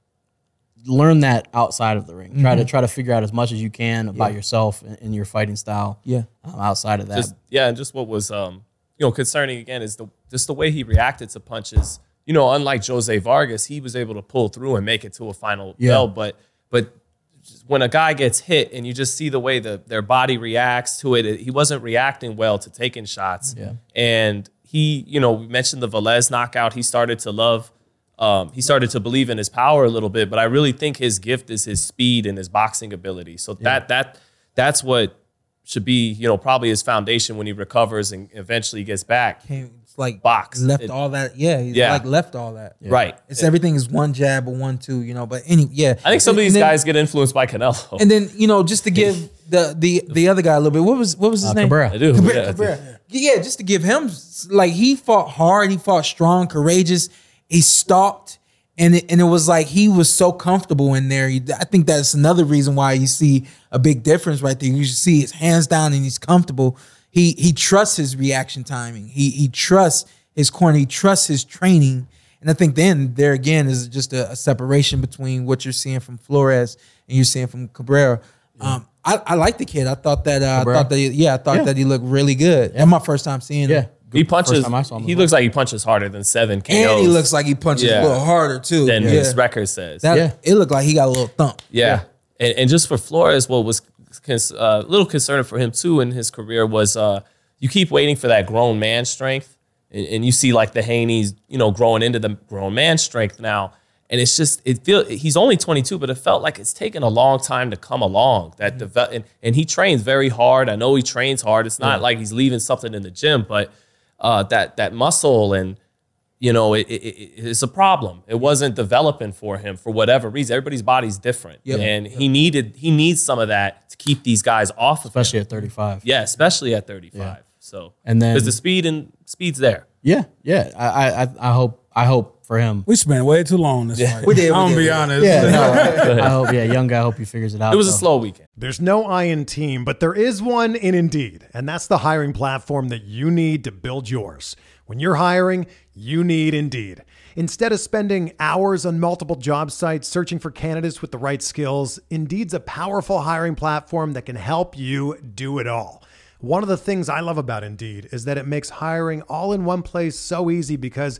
learn that outside of the ring. Try to
Mm-hmm.
try to figure out as much as you can about yourself and, and your fighting style.
Yeah.
um, outside of that.
just yeah, and just what was um you know concerning again is the just the way he reacted to punches. You know, unlike Jose Vargas, he was able to pull through and make it to a final
Yeah.
bell. But but just when a guy gets hit and you just see the way the, their body reacts to it, he wasn't reacting well to taking shots. Yeah. And he, you know, we mentioned the Velez knockout. He started to love. Um, he started to believe in his power a little bit, but I really think his gift is his speed and his boxing ability. So that that that's what should be, you know, probably his foundation when he recovers and eventually gets back.
Came- It's like
Box.
left
It-
all that. Yeah, he's
Yeah.
like left all that.
Right.
It's everything is one jab or one two, you know. But anyway, yeah.
I think some of
And
these
then-
guys get influenced by Canelo.
And then you know, just to give the the the other guy a little bit. What was what was his name?
Uh, Cabrera.
I do.
Cabrera,
yeah.
Cabrera. Yeah, just to give him s- like he fought hard, he fought strong, courageous. He stalked, and it, and it was like he was so comfortable in there. He- I think that's another reason why you see a big difference right there. You see his hands down, and he's comfortable. He he trusts his reaction timing. He he trusts his corner. He trusts his training. And I think then there again is just a, a separation between what you're seeing from Flores and you're seeing from Cabrera. Um, I, I like the kid. I thought that uh, I
Cabrera?
thought that yeah, I thought
Yeah.
that he looked really good. That's my first time seeing
yeah,
him.
He
Good- first
punches.
time I saw him
He
was
looks like he punches harder than seven KOs.
And he looks like he punches
Yeah.
a little harder too.
than
yeah.
his record says.
That-
Yeah.
It looked like he got a little thump.
Yeah. And, and just for Flores, what was cons- uh, a little concerning for him too in his career was uh, you keep waiting for that grown man strength, and, and you see like the Haney's, you know, growing into the grown man strength now, and it's just it feel he's only 22, but it felt like it's taken a long time to come along. That
Mm-hmm.
develop and, and he trains very hard. I know he trains hard. It's not like he's leaving something in the gym, but uh, that that muscle and you know, it, it, it- it's a problem. It wasn't developing for him for whatever reason. Everybody's body's different,
Yep.
and he needed he needs some of that to keep these guys off of
especially
him.
at 35.
yeah, especially at thirty five.
Yeah.
So
And then-
because the speed and speed's there,
yeah, yeah. I, I I I hope I hope for him.
We spent way too long this fight.
We did, we
I'm
did,
gonna
we
be
did.
honest.
Yeah, no, I hope. Yeah, young guy. I hope he figures it out.
It was a
though.
slow weekend.
There's no I in team, but there is one in Indeed, and that's the hiring platform that you need to build yours. When you're hiring, you need Indeed. Instead of spending hours on multiple job sites searching for candidates with the right skills, Indeed's a powerful hiring platform that can help you do it all. One of the things I love about Indeed is that it makes hiring all in one place so easy because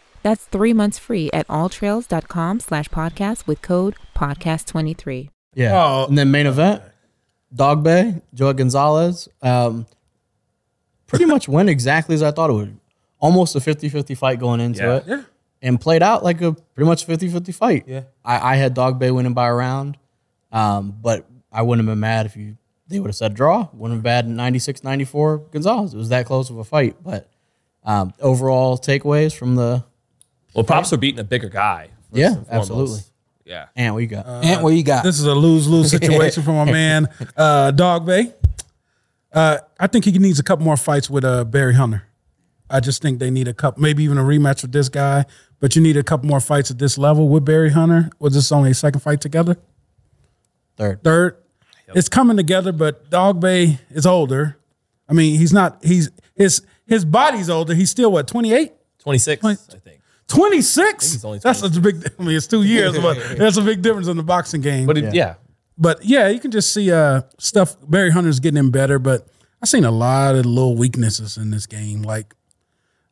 That's three months free at alltrails.com slash podcast with code PODCAST23.
Yeah.
Oh.
And then main event, Dog Bay, Joe Gonzalez. Um, pretty much went exactly as I thought it would. Almost a 50-50 fight going into
Yeah.
it. And played out like a pretty much 50-50 fight. Yeah. I, I had Dog Bay winning by a round. Um, but I wouldn't have been mad if you they would have said draw. Wouldn't have been bad 96-94 Gonzalez. It was that close of a fight. But um, overall takeaways from the
Well, props for beating a bigger guy. first
Yeah,
and foremost.
absolutely.
Yeah.
and what you got.
Uh,
Ant, what you got?
This is a lose lose situation for my man, uh, Dog Bay. Uh, I think he needs a couple more fights with uh, Barry Hunter. I just think they need a couple, maybe even a rematch with this guy. But you need a couple more fights at this level with Barry Hunter. Was this only a second fight together?
Third.
Third, it's coming together. But Dog Bay is older. I mean, he's not. He's his his body's older. He's still what twenty eight.
26, I think.
26?
he's only
That's such a big I mean it's 2 years but that's a big difference in the boxing game.
But it, yeah.
But yeah, you can just see uh, stuff. Barry Hunter's getting him better, but I've seen a lot of little weaknesses in this game, like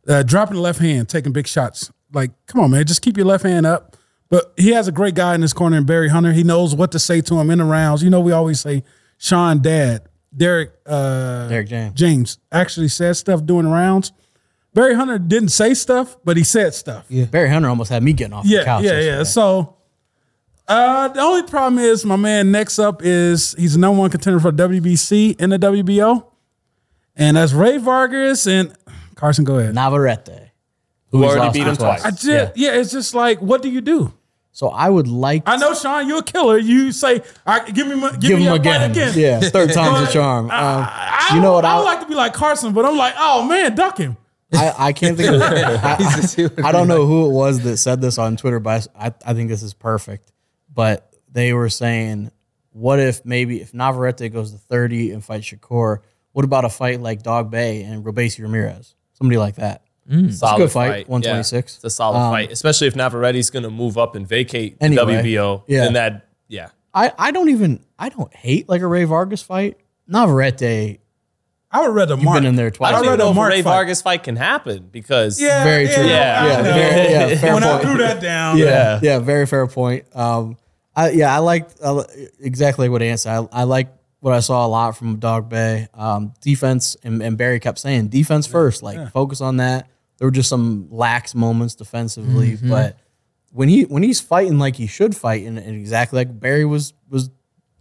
uh, dropping the left hand, taking big shots. Like, come on, man, just keep your left hand up. But he has a great guy in his corner, in Barry Hunter. He knows what to say to him in the rounds. You know, we always say Sean Dad, Derek uh,
Derek James.
James actually said stuff during the rounds. Barry Hunter didn't say stuff, but he said stuff. Yeah,
Barry Hunter almost had me getting off the
yeah,
couch.
yeah, yeah.
yesterday.
So uh, the only problem is my man next up is he's the number one contender for WBC and the WBO, and that's Ray Vargas and Carson. Go ahead.
Navarrete.
Who
he's
already
lost
beat
to
him twice.
I just, yeah. it's just like, what do you do?
So I would like
I know, Sean, you're a killer. You say, All right, give me, my, give
give
me
him
your
again.
fight again.
Yeah, third time's a charm.
I,
Um,
I
you know what?
I would
I,
like to be like Carson, but I'm like, oh man, duck him.
I, I can't think of I,
He's a-
I don't know who it was that said this on Twitter, but I, I think this is perfect. But they were saying, what if maybe if Navarrete goes to 30 and fights Shakur, what about a fight like Dog Bay and Robesi Ramirez? Somebody like that.
Solid
good fight, 126.
Yeah. It's a solid fight, especially if Navarrete's going to move up and vacate the
Anyway,
WBO.
yeah.
And that, yeah.
I, I don't even, I don't hate like a Ray Vargas fight. Navarrete,
I would rather
you've
Mark.
been in there
I
twice.
don't even
rather
know if a
Mark
Ray
fight.
Vargas fight can happen because
Yeah,
Very true.
Yeah.
I
Yeah,
know.
very- yeah, fair
when I
point.
threw that down,
yeah, yeah, very fair point. Um, I yeah, I liked I li- exactly what Ant said. I, I like what I saw a lot from Dog Bay. Um, defense and, and Barry kept saying defense first, like focus on that. There were just some lax moments defensively, but when he when he's fighting like he should fight, and, and exactly like Barry was was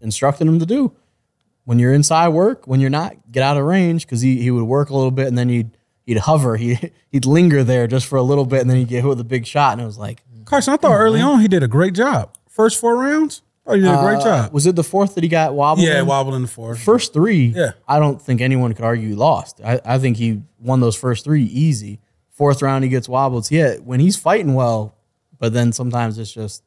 instructing him to do. When you're inside work, when you're not, get out of range because he, he would work a little bit and then he'd he'd hover, he he'd linger there just for a little bit and then he'd get hit with a big shot and it was like,
Carson, I thought early on he did a great job. First four rounds, oh, you did a great job.
Was it the fourth that he got wobbled?
yeah,
in?
wobbling the fourth.
First three,
Yeah.
I don't think anyone could argue he lost. I, I think he won those first three easy. Fourth round, he gets wobbled. So, Yeah, when he's fighting well, but then sometimes it's just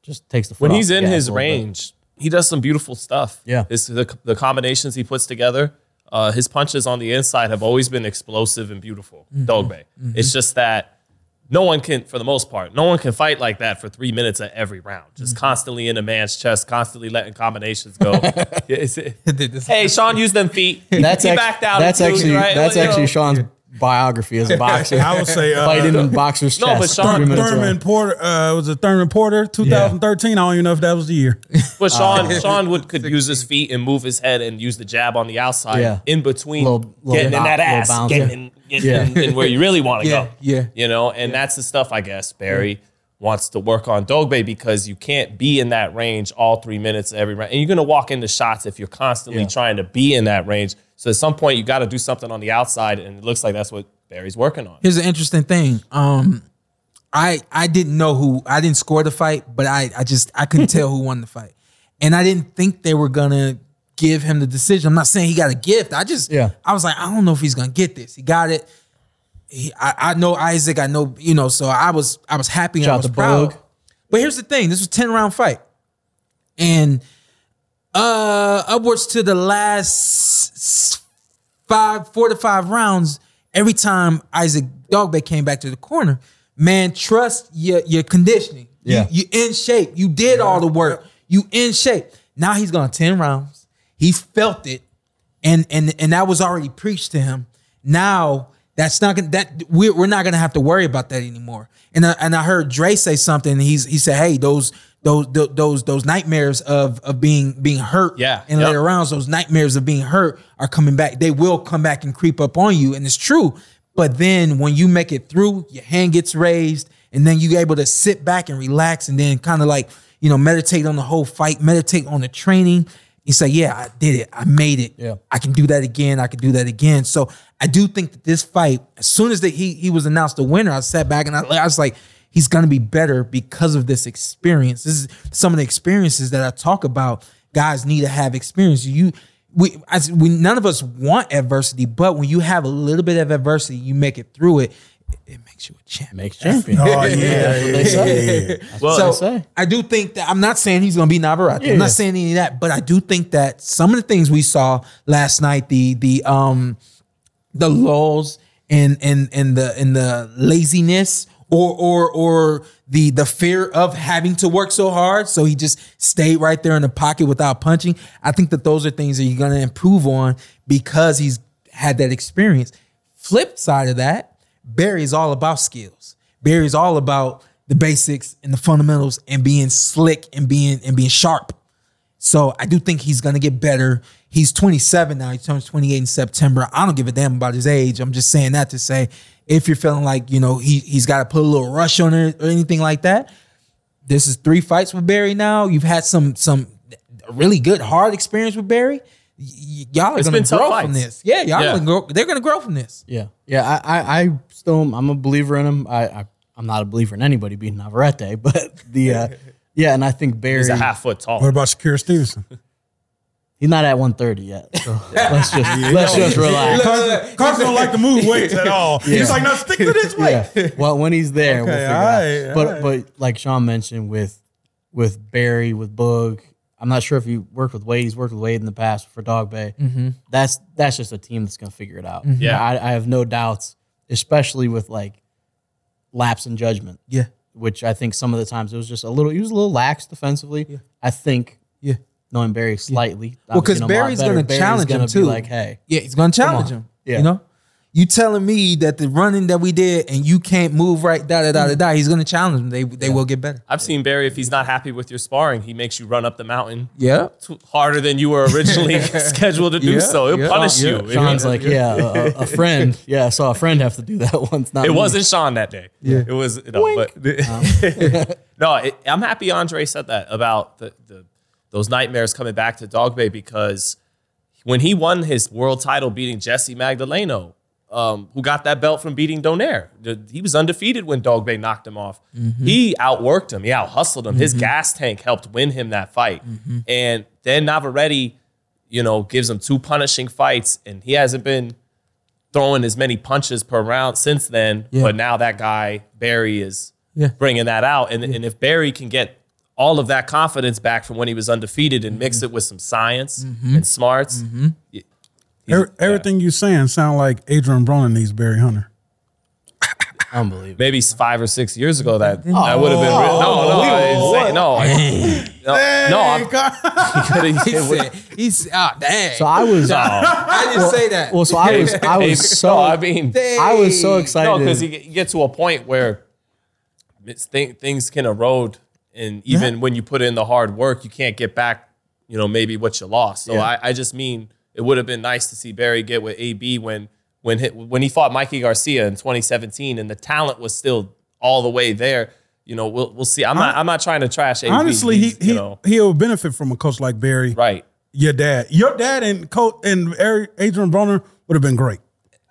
just takes the foot
when
off
he's
the
in
gas
his
a little bit.
range, he does some beautiful stuff.
Yeah.
It's the, the combinations he puts together. Uh, his punches on the inside have always been explosive and beautiful.
Mm-hmm.
Dogbe. It's just that no one can, for the most part, no one can fight like that for three minutes of every round.
Mm-hmm.
Just constantly in a man's chest, constantly letting combinations go. It's- hey, Sean used them feet.
That's
he
act-
backed out.
That's
too,
actually
right?
that's
Like, yo.
actually Sean's biography as a boxer.
I would say uh,
fighting in boxer's
No,
chest.
but Sean-
three minutes
Thurman
long.
Porter uh, was it Thurman Porter 2013? I don't even know if that was the year.
But
Uh,
Sean, Sean would could use his feet and move his head and use the jab on the outside
Yeah.
in between
Little- little
getting in
bou-
that
little
ass,
bounce.
getting,
Yeah.
in, getting in- in where you really want to
Yeah,
go.
yeah.
you know, and that's the stuff I guess Barry wants to work on Dogbe because you can't be in that range all three minutes every round, and you're gonna walk into shots if you're constantly
Yeah.
trying to be in that range. So at some point, you got to do something on the outside, and it looks like that's what Barry's working on.
Here's an interesting thing. Um, I I didn't know who I didn't score the fight, but I I just I couldn't tell who won the fight, and I didn't think they were gonna give him the decision. I'm not saying he got a gift. I just
Yeah.
I was like I don't know if he's gonna get this. He got it. He, I, I know Isaac. I know you know. So I was I was happy. And
Shout
I
out
was
to
proud.
Bogue.
But here's the thing. This was ten round fight, and uh upwards to the last s- five, four to five rounds, every time Isaac Dogbe came back to the corner, man, trust your your conditioning. You-
Yeah.
You, in shape. You did all the work. You in shape. Now he's gonna 10 rounds. He felt it. And and and that was already preached to him. Now that's not gonna that we're, we're not gonna have to worry about that anymore. And I, and I heard Dre say something. and He's he said, hey, those those those those nightmares of of being being hurt
Yeah.
in
Yep.
later rounds, those nightmares of being hurt are coming back. They will come back and creep up on you, and it's true. But then when you make it through, your hand gets raised, and then you're able to sit back and relax, and then kind of like you know meditate on the whole fight, meditate on the training. You say, "Yeah, I did it. I made it.
Yeah.
I can do that again. I can do that again." So I do think that this fight, as soon as that he he was announced the winner, I sat back and I, I was like, "He's gonna be better because of this experience." This is some of the experiences that I talk about. Guys need to have experience. You, we, I, we, none of us want adversity, but when you have a little bit of adversity, you make it through it. It, it makes you a champion.
Makes champion.
Oh yeah, yeah, yeah.
Well,
So
it's-
say.
I do think that I'm not saying he's going to be Navarrete. I'm
Yeah.
not saying any of that, but I do think that some of the things we saw last night, the the um the lulls and and and the and the laziness or or or the the fear of having to work so hard, so he just stayed right there in the pocket without punching. I think that those are things that you're going to improve on because he's had that experience. Flip side of that, Barry is all about skills. Barry is all about the basics and the fundamentals and being slick and being and being sharp. So I do think he's gonna get better. He's 27 now. He turns 28 in September. I don't give a damn about his age. I'm just saying that to say if you're feeling like you know he he's got to put a little rush on it or anything like that. This is three fights with Barry now. You've had some some really good hard experience with Barry. Y- y- y'all are
It's
gonna
been tough
grow
fights.
from this. Yeah, y'all
Yeah.
Are gonna grow, they're gonna grow from this.
Yeah, yeah. I, I, I still, am- I'm a believer in him. I, I, I'm not a believer in anybody being Navarrete, but the, uh, yeah, and I think Barry,
He's a half foot
What
tall.
about Shakira Stevenson?
he's not at 130 yet. So let's just, let's just relax.
Carson, Carson don't like to move weights at all. He's like, no, stick to this weight.
Yeah. Well, when he's there, we'll
Okay,
figure it out.
all
But,
right, all
but like Sean mentioned with, with Barry, with Boog, I'm not sure if you worked with Wade. He's worked with Wade in the past for Dog Bay.
Mm-hmm.
That's that's just a team that's gonna figure it out.
Yeah.
I, I have no doubts, especially with like lapse in judgment.
Yeah,
which I think some of the times it was just a little. He was a little lax defensively. I think
yeah,
knowing Barry slightly.
Well, 'cause Barry's gonna challenge him, too.
Be like, hey,
yeah. He's gonna challenge
on.
him.
Yeah.
you know. You telling me that the running that we did and you can't move right da da da da da. He's gonna challenge him. They they will get better.
I've seen Barry if he's not happy with your sparring, he makes you run up the mountain.
Yeah.
t- harder than you were originally scheduled to do
Yeah,
so. It'll
yeah.
punish
Yeah.
you. It-
Sean's like, yeah, a, a friend. Yeah, I saw a friend have to do that once. Not
it
me.
wasn't Sean that day. Yeah. It was no, but no. It, I'm happy Andre said that about the, the those nightmares coming back to Dog Bay because when he won his world title beating Jesse Magdaleno, um, who got that belt from beating Donaire, the- he was undefeated when Dog Bay knocked him off.
Mm-hmm.
He outworked him. He out hustled him. His gas tank helped win him that fight,
Mm-hmm.
and then Navarrete. You know, gives him two punishing fights, and he hasn't been throwing as many punches per round since then.
Yeah.
But now that guy Barry is
Yeah.
bringing that out, and and if Barry can get all of that confidence back from when he was undefeated and mix it with some science and smarts, y-
Every- everything you saying sound like Adrian Broner needs Barry Hunter.
Unbelievable.
Maybe five or six years ago, that that would have been re- no, no, insane, no, no, no. I'm- he
He
could've-
said, he said, oh, dang.
So I was.
I didn't say that.
Well, so I was. I
Maybe-
was so.
No, I mean,
I was so excited.
No, because you get- you get to a point where it's thi- things can erode, and even when you put in the hard work, you can't get back. You know, maybe what you lost. So I, I just mean it would have been nice to see Barry get with AB when when he, when he fought Mikey Garcia in 2017, and the talent was still all the way there. You know, we'll we'll see. I'm not I'm not trying to trash AB.
Honestly, he
He's,
he
you know,
he'll benefit from a coach like Barry.
right.
Your dad, your dad, and coach and Ari- Adrian Broner would have been great.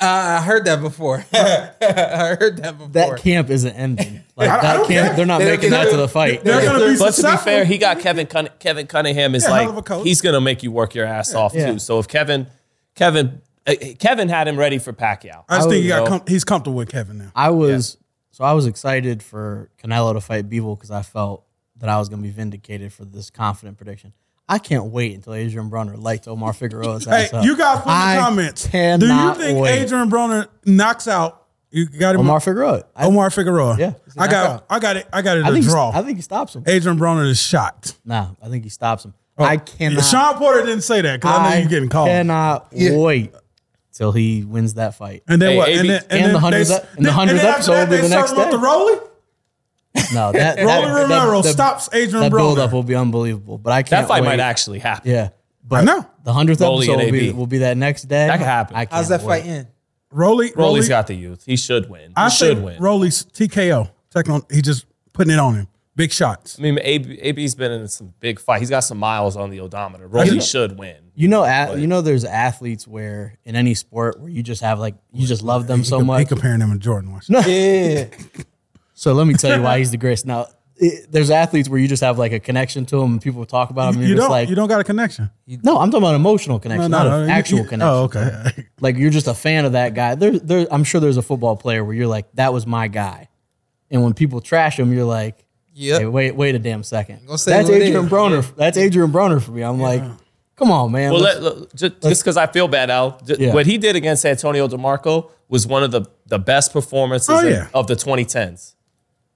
Uh, I heard that before. I heard that before.
that camp isn't ending. Like
I
that
don't
camp,
care.
they're not
They don't
making
care.
that to the fight.
They're gonna be
But to be
successful.
fair, he got Kevin Cun- Kevin Cunningham is
Yeah, hell of a
like
coach.
he's gonna make you work your ass off
Yeah.
too. So if Kevin Kevin uh, Kevin had him ready for Pacquiao.
I just think he got
know.
com- he's comfortable with Kevin now.
I was so I was excited for Canelo to fight Beevil because I felt that I was going to be vindicated for this confident prediction. I can't wait until Adrian Brunner lights Omar Figueroa's
Hey,
ass up.
you guys put in
I
the comments. Do you
Cannot
think
wait.
Adrian Broner knocks out? You got him,
Omar
Omar,
Figueroa? I,
Omar Figueroa.
Yeah.
I got, I got it. I got it.
I
A
think
Oh, draw.
I think he stops him.
Adrian Broner is shocked.
Nah, I think he stops him. I cannot.
Oh, Sean Porter didn't say that because I, know you're getting called.
Cannot wait till he wins that fight.
and then
Hey,
what?
AB
and then,
and the 100th
they-
ep- and the 100th
after
episode
that,
will be
they
the
serve
next
him up
day.
The Rolly?
No, that, that
Rolly
that-
Romero
that-
stops Adrian
That
Broner.
build up will be unbelievable. But I can't.
That fight
wait.
might actually happen.
Yeah, but
I know.
the hundredth
Rolly
episode
and
will be,
AB.
will be that next day.
That could happen.
I can't
How's that
wait.
fight end?
Rolly. Rolly.
Rolly's got the youth. He should win. He
I
should
think
win.
Rolly's TKO. Techno, he just putting it on him. Big shots.
I mean, AB, AB's been in some big fight. He's got some miles on the odometer. Rolly should win.
You know, at, you know, there's athletes where in any sport where you just have like you just love them so
He
much.
comparing him to Jordan Washington.
Yeah.
So let me tell you why he's the greatest. Now, it, there's athletes where you just have like a connection to him and people talk about him. And
you
you're
don't.
just like,
you don't got a connection.
no, I'm talking about emotional connection,
No, no,
not an
no, you-
actual
you-
connection.
Oh, okay.
Like you're just a fan of that guy. There, there. I'm sure there's a football player where you're like, that was my guy, and when people trash him, you're like,
Yep.
hey, wait, wait a damn second.
Gonna
That's
say who it
Adrian
is.
Broner. That's Adrian Broner for me. I'm like, come on, man.
Well,
Let's-
let, let- ju- just because I feel bad, Al, ju-
Yeah.
what he did against Antonio DeMarco was one of the, the best performances
Oh,
in-
yeah.
of the 2010s.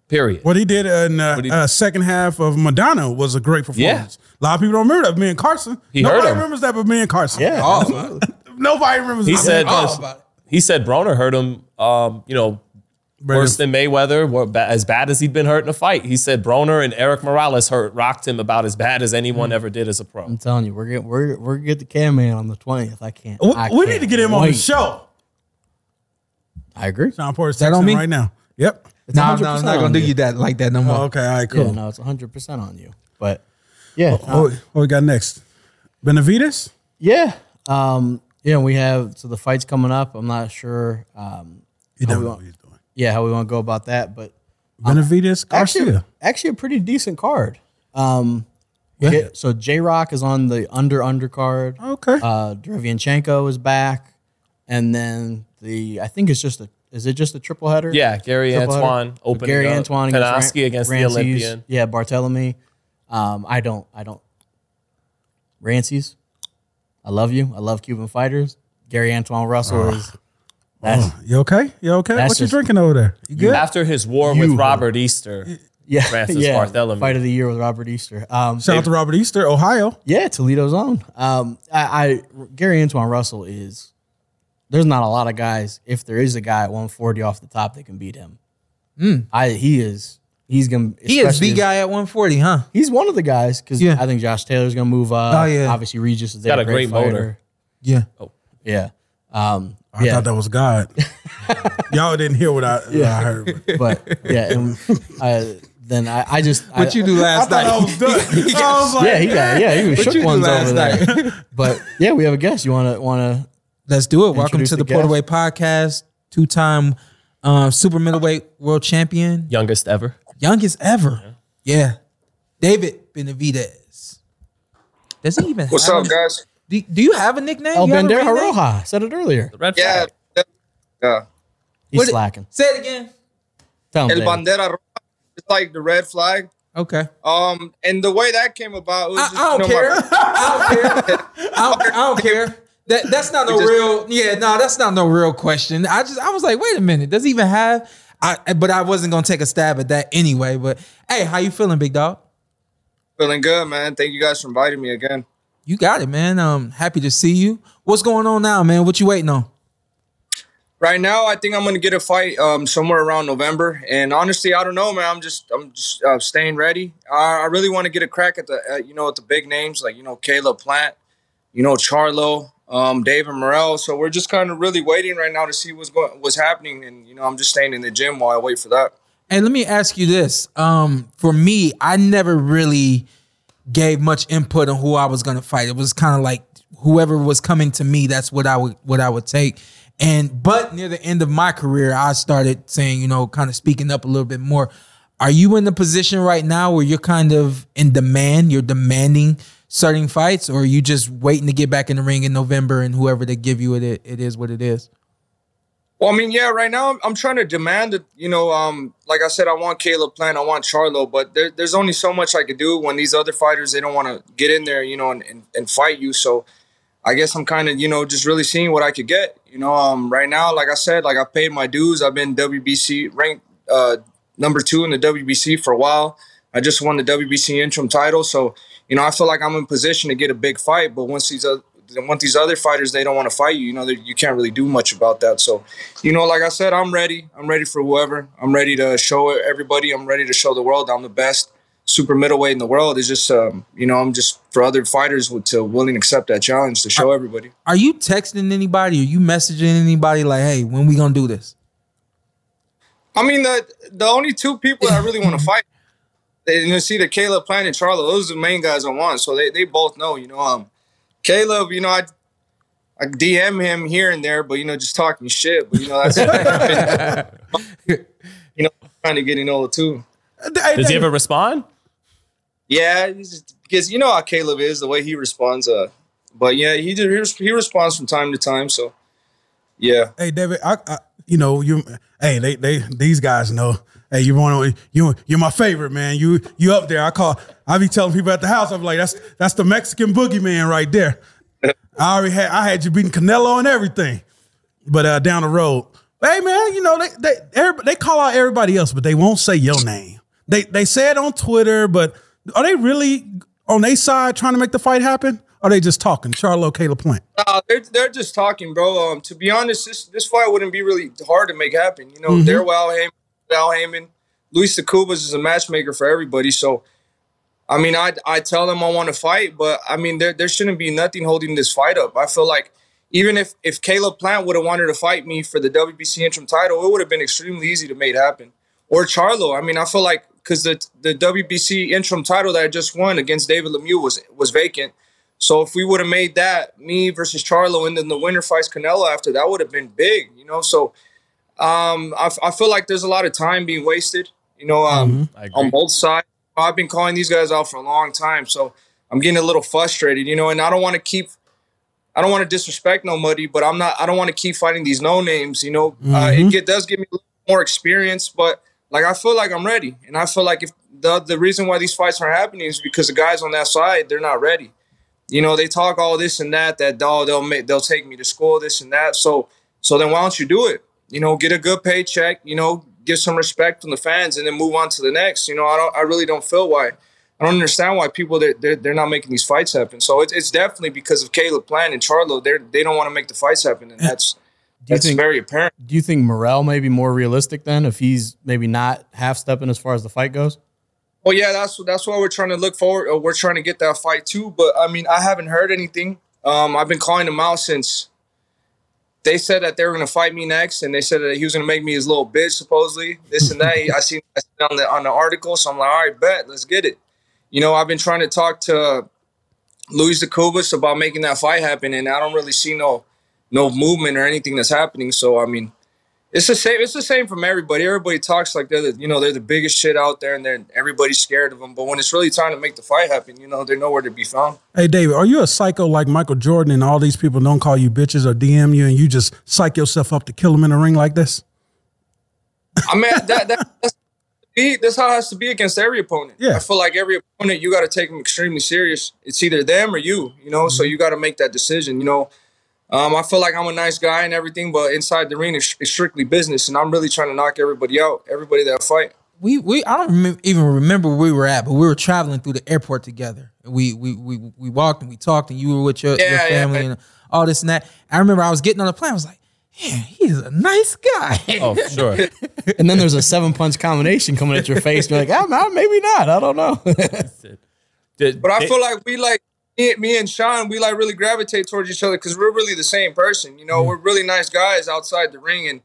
Period.
What he did in the
he-
uh, second half of Madonna was a great performance. A lot of people don't remember that. Me and Carson.
He
Nobody
hurt him.
remembers that but me and Carson.
yeah,
Oh,
Nobody remembers
He
that.
said
Oh,
all about it.
he said Broner hurt him. Um, you know,
Brandon-
worse than Mayweather, wor- ba- as bad as he'd been hurt in a fight. He said Broner and Eric Morales hurt rocked him about as bad as
Mm.
anyone ever did as a pro.
I'm telling you, we're get we're we're get the Cam man on the twentieth. I can't.
we,
I
we
can't
need to get him on the
wait.
show.
I agree.
John Porter's
That
texting
on me?
him right now. Yep.
It's
No, I'm not
100%
going
on
to do you that like that no more.
Okay, all right,
Yeah,
cool.
no, it's 100 percent on you. But yeah, oh,
What, we- what we got next? Benavides?
yeah, um, yeah. We have so the fight's coming up. I'm not sure. Um,
You
we
don't know
want-
what he's doing.
yeah, how we want to go about that, but
Benavides
actually,
Garcia.
actually, a pretty decent card. Um, J- so J Rock is on the under undercard.
Okay.
Uh, Derevyanchenko is back, and then the I think it's just a is it just a triple header?
Yeah, Gary
Triple header?
Antoine
So
opened
Gary
it up.
Antoine
Panaski
Ran-
against the
Rancies.
Olympian.
Yeah, Barthelemy. Um, I don't. I don't. Rancy's. I love you. I love Cuban fighters. Gary Antoine Russell is. That's,
Ah. Oh, you okay? You okay?
That's
What you
just-
drinking over there? You good?
After his war
You
with
hurt.
Robert Easter,
yeah,
Francis
yeah.
Barthélemy.
Fight of the year with Robert Easter. Um,
Shout out to Robert Easter, Ohio.
Yeah, Toledo's own. Um, I, I Gary Antoine Russell is. There's not a lot of guys. If there is a guy at 140 off the top that can beat him, I he is he's gonna
Hmm. He is
especially
the
if-
guy at 140, huh?
He's one of the guys because
Yeah.
I think Josh Taylor's gonna move up.
Oh, yeah.
obviously Regis is
Got
there,
a great motor.
fighter.
Yeah.
Yeah, um,
I
yeah,
thought that was God. Y'all didn't hear what I, what I heard. but-
but yeah, and uh, then I, I just
What
I,
you do
I
last
thought I
night?
was done. I was like,
Yeah, he got yeah he was
What you
shook
do
ones
last
over there. But yeah, we have a guest. You wanna wanna
Let's do it. Welcome
Introduce
to the,
the
Port Away Podcast. Two time um, super middleweight world champion,
youngest ever.
youngest ever. Yeah. David Benavidez. Does he even
What's
have
up,
a-
guys?
Do, do you have a nickname?
El
You have a
Oh, Bandera
ring name?
Roja said it earlier.
The red
Yeah,
flag.
yeah.
He's
What-
slacking.
Say it again.
Tell him,
El
David.
bandera roja. It's like the red flag.
Okay.
Um, and the way that came about was
I,
just
I don't
you know,
care.
my-
I don't care. I don't, I don't care. That that's not no
just-
real. Yeah, no, that's not no real question. I just I was like, wait a minute, does he even have? I but I wasn't gonna take a stab at that anyway. But hey, how you feeling, big dog?
Feeling good, man. Thank you guys for inviting me again.
You got it, man. Um, happy to see you. What's going on now, man? What you waiting on?
Right now, I think I'm gonna get a fight um, somewhere around November. And honestly, I don't know, man. I'm just I'm just uh, staying ready. I, I really want to get a crack at the uh, you know at the big names like you know Caleb Plant, you know Charlo, um, David Morrell. So we're just kind of really waiting right now to see what's going what's happening. And you know I'm just staying in the gym while I wait for that.
And let me ask you this. Um, for me, I never really gave much input on who I was gonna fight. It was kind of like whoever was coming to me, that's what I would what I would take. And but near the end of my career, I started saying, you know, kind of speaking up a little bit more. Are you in the position right now where you're kind of in demand? You're demanding certain fights, or are you just waiting to get back in the ring in November and whoever they give you it, it is what it is?
Well, I mean, yeah, right now I'm, I'm trying to demand that, you know, um, like I said, I want Caleb Plant, I want Charlo, but there, there's only so much I could do when these other fighters, they don't want to get in there, you know, and, and, and fight you. So I guess I'm kind of, you know, just really seeing what I could get. You know, um, right now, like I said, like I paid my dues. I've been WBC ranked uh, number two in the WBC for a while. I just won the WBC interim title. So, you know, I feel like I'm in position to get a big fight. But once these other, once these other fighters, they don't want to fight you. You know, that you can't really do much about that. So, you know, like I said, I'm ready. I'm ready for whoever. I'm ready to show everybody. I'm ready to show the world I'm the best super middleweight in the world. It's just, um, you know, I'm just for other fighters would- to willing to accept that challenge to show everybody.
Are you texting anybody? Are you messaging anybody like, hey, when we gonna do this?
I mean, the the only two people that I really want to fight, and you see the Caleb Plant and Charlo. Those are the main guys I want. So they, they both know, you know. Um, Caleb, you know, I I DM him here and there, but you know, just talking shit. But you know, that's you know, trying to get in all too.
Does he ever respond?
Yeah, because you know how Caleb is, the way he responds. Uh, but yeah, he did, he, res- he responds from time to time. So yeah,
Hey, David, I, I you know you. Hey, they they these guys know. Hey, you want to you you're my favorite man. You you up there? I call. I be telling people at the house. I'm like, that's that's the Mexican boogeyman right there. I already had I had you beating Canelo and everything, but uh, down the road, hey man, you know they they everybody, they call out everybody else, but they won't say your name. They they say it on Twitter, but are they really on their side trying to make the fight happen? Or are they just talking? Charlo, Caleb Plant.
Nah, they're, they're just talking, bro. Um, to be honest, this this fight wouldn't be really hard to make happen. You know, they're Al Heyman, Al Heyman, Luis Cubas is a matchmaker for everybody. So, I mean, I I tell them I want to fight, but I mean, there there shouldn't be nothing holding this fight up. I feel like even if if Caleb Plant would have wanted to fight me for the WBC interim title, it would have been extremely easy to make happen. Or Charlo, I mean, I feel like because the the WBC interim title that I just won against David Lemieux was was vacant. So if we would have made that me versus Charlo, and then the winner fights Canelo after that would have been big, you know. So um, I, I feel like there's a lot of time being wasted, you know, um,
Mm-hmm. I agree.
on both sides. I've been calling these guys out for a long time, so I'm getting a little frustrated, you know. And I don't want to keep, I don't want to disrespect nobody, but I'm not. I don't want to keep fighting these no names, you know. Uh,
Mm-hmm.
it get, does give me a little more experience, but like I feel like I'm ready, and I feel like if the the reason why these fights aren't happening is because the guys on that side they're not ready you know they talk all this and that that dog they'll make they'll take me to school this and that so so then why don't you do it you know get a good paycheck you know give some respect from the fans and then move on to the next you know i don't i really don't feel why i don't understand why people they're, they're, they're not making these fights happen so it's, it's definitely because of caleb plant and charlo they they don't want to make the fights happen and that's
you
that's
think-
very apparent
Do you think Morel may be more realistic then if he's maybe not half stepping as far as the fight goes?
Well, Oh, yeah, that's that's why we're trying to look forward. Or we're trying to get that fight too. But I mean, I haven't heard anything. Um, I've been calling them out since they said that they were going to fight me next, and they said that he was going to make me his little bitch, supposedly this and that. I seen I seen on the on the article, so I'm like, all right, bet, let's get it. You know, I've been trying to talk to Luis de Cubas about making that fight happen, and I don't really see no no movement or anything that's happening. So I mean, it's the same. It's the same from everybody. Everybody talks like they're the, you know they're the biggest shit out there, and then everybody's scared of them. But when it's really time to make the fight happen, you know they're nowhere to be found.
Hey David, are you a psycho like Michael Jordan and all these people don't call you bitches or DM you and you just psych yourself up to kill them in a ring like this?
I mean that, that that's, that's how it has to be against every opponent.
Yeah.
I feel like every opponent you got to take them extremely serious. It's either them or you. You know, so you got to make that decision. You know, Um, I feel like I'm a nice guy and everything, but inside the ring is, is strictly business, and I'm really trying to knock everybody out, everybody that fight.
we we I don't remem- even remember where we were at, but we were traveling through the airport together. We we we we walked and we talked, and you were with your, your
Yeah, yeah,
family
yeah.
and all this and that. I remember I was getting on the plane. I was like, "Man, he is a nice guy."
Oh, sure.
And then there's a seven punch combination coming at your face. You're like, I'm not, maybe not. I don't know.
Did-
But I
did-
feel like we like me, me and Sean, we like really gravitate towards each other because we're really the same person. You know, we're really nice guys outside the ring, and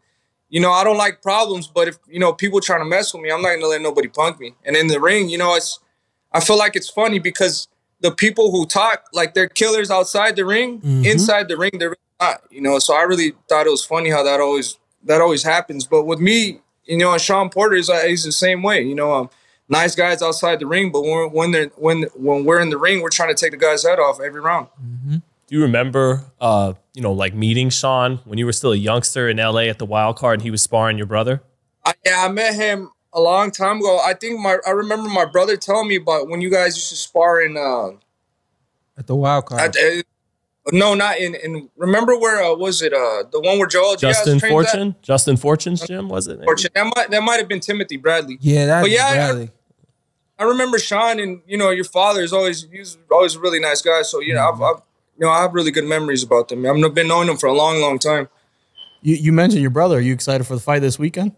you know, I don't like problems. But if you know people trying to mess with me, I'm not gonna let nobody punk me. And in the ring, you know, it's I feel like it's funny because the people who talk like they're killers outside the ring, inside the ring they're not. You know, so I really thought it was funny how that always that always happens. But with me, you know, and Sean Porter is uh, he's the same way. You know, um, nice guys outside the ring, but when when they're when when we're in the ring, we're trying to take the guy's head off every round.
do you remember, uh, you know, like meeting Sean when you were still a youngster in LA at the wild card and he was sparring your brother?
I, yeah, I met him a long time ago. I think my I remember my brother telling me about when you guys used to spar in. Uh,
At the wild card,
at, uh, no, not in. in remember where uh, was it? Uh, the one where Joel Diaz
Justin
trains at?
Fortune? Justin Fortune's gym, was it? maybe?
Fortune. That might that might have been Timothy Bradley.
yeah, that's
But Oh, yeah, I-
Bradley.
I remember Sean and you know your father is always he's always a really nice guy. So you know
Mm-hmm.
I've, I've you know I have really good memories about them. I've been knowing them for a long, long time.
You, you mentioned your brother. Are you excited for the fight this weekend?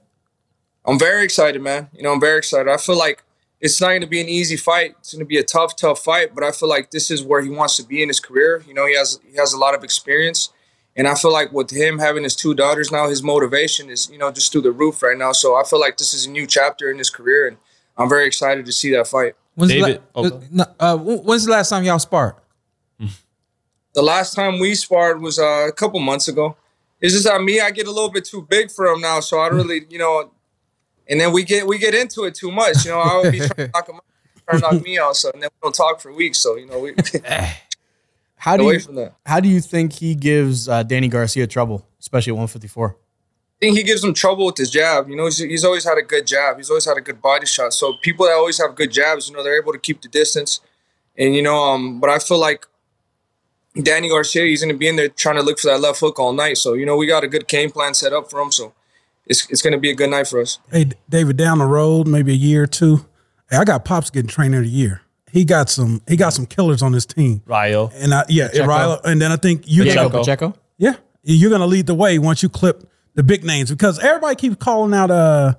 I'm very excited, man. You know, I'm very excited. I feel like it's not going to be an easy fight. It's going to be a tough, tough fight. But I feel like this is where he wants to be in his career. You know, he has he has a lot of experience, and I feel like with him having his two daughters now, his motivation is you know just through the roof right now. So I feel like this is a new chapter in his career, and I'm very excited to see that fight.
When's the
David-
la-
oh.
no, uh, wh- when's the last time y'all sparred?
The last time we sparred was uh, a couple months ago. It's just on me. I get a little bit too big for him now, so I don't really, you know. And then we get we get into it too much, you know. I would be trying to knock him out, trying to knock me out, so and then we don't talk for weeks. So you know, we get
How do
away
you,
from that.
how do you think he gives uh, Danny Garcia trouble, especially at 154?
I think he gives him trouble with his jab. You know, he's, he's always had a good jab. He's always had a good body shot. So people that always have good jabs, you know, they're able to keep the distance. And you know, um, but I feel like Danny Garcia, he's going to be in there trying to look for that left hook all night. So you know, we got a good game plan set up for him. So it's it's going to be a good night for us.
Hey, D- David, down the road, maybe a year or two. Hey, I got pops getting trained every year. He got some. He got some killers on his team.
Ryo.
And I, yeah, and, Ryla- and then I think you.
Pacheco.
Diego Pacheco?
Yeah, you're gonna lead the way once you clip the big names because everybody keeps calling out uh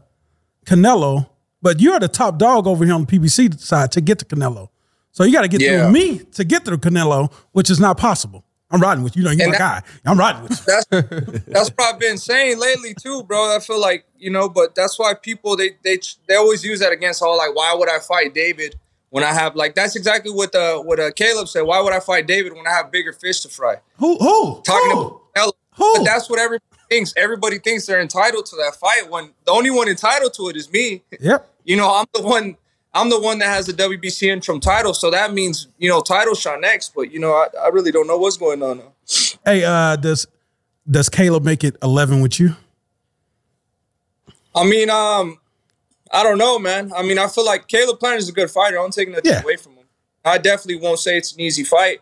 Canelo, but you're the top dog over here on the PBC side to get to Canelo. So you got to get
Yeah.
through me to get through Canelo, which is not possible. I'm riding with you. You know, you're
And
my guy.
that-
I'm riding with you.
that's that's what I've been saying lately too, bro. I feel like you know, but that's why people they they they always use that against all. Like, why would I fight David when I have like that's exactly what uh what uh, Caleb said. Why would I fight David when I have bigger fish to fry?
Who? Who?
Talking
who?
about Canelo.
Who?
but that's what everybody thinks. Everybody thinks they're entitled to that fight. When the only one entitled to it is me.
Yep.
You know, I'm the one. I'm the one that has the WBC interim title, so that means you know title shot next. But you know, I, I really don't know what's going on. Now.
Hey, uh, does does Caleb make it 11 with you?
I mean, um, I don't know, man. I mean, I feel like Caleb Plant is a good fighter. I don't take nothing
Yeah.
away from him. I definitely won't say it's an easy fight,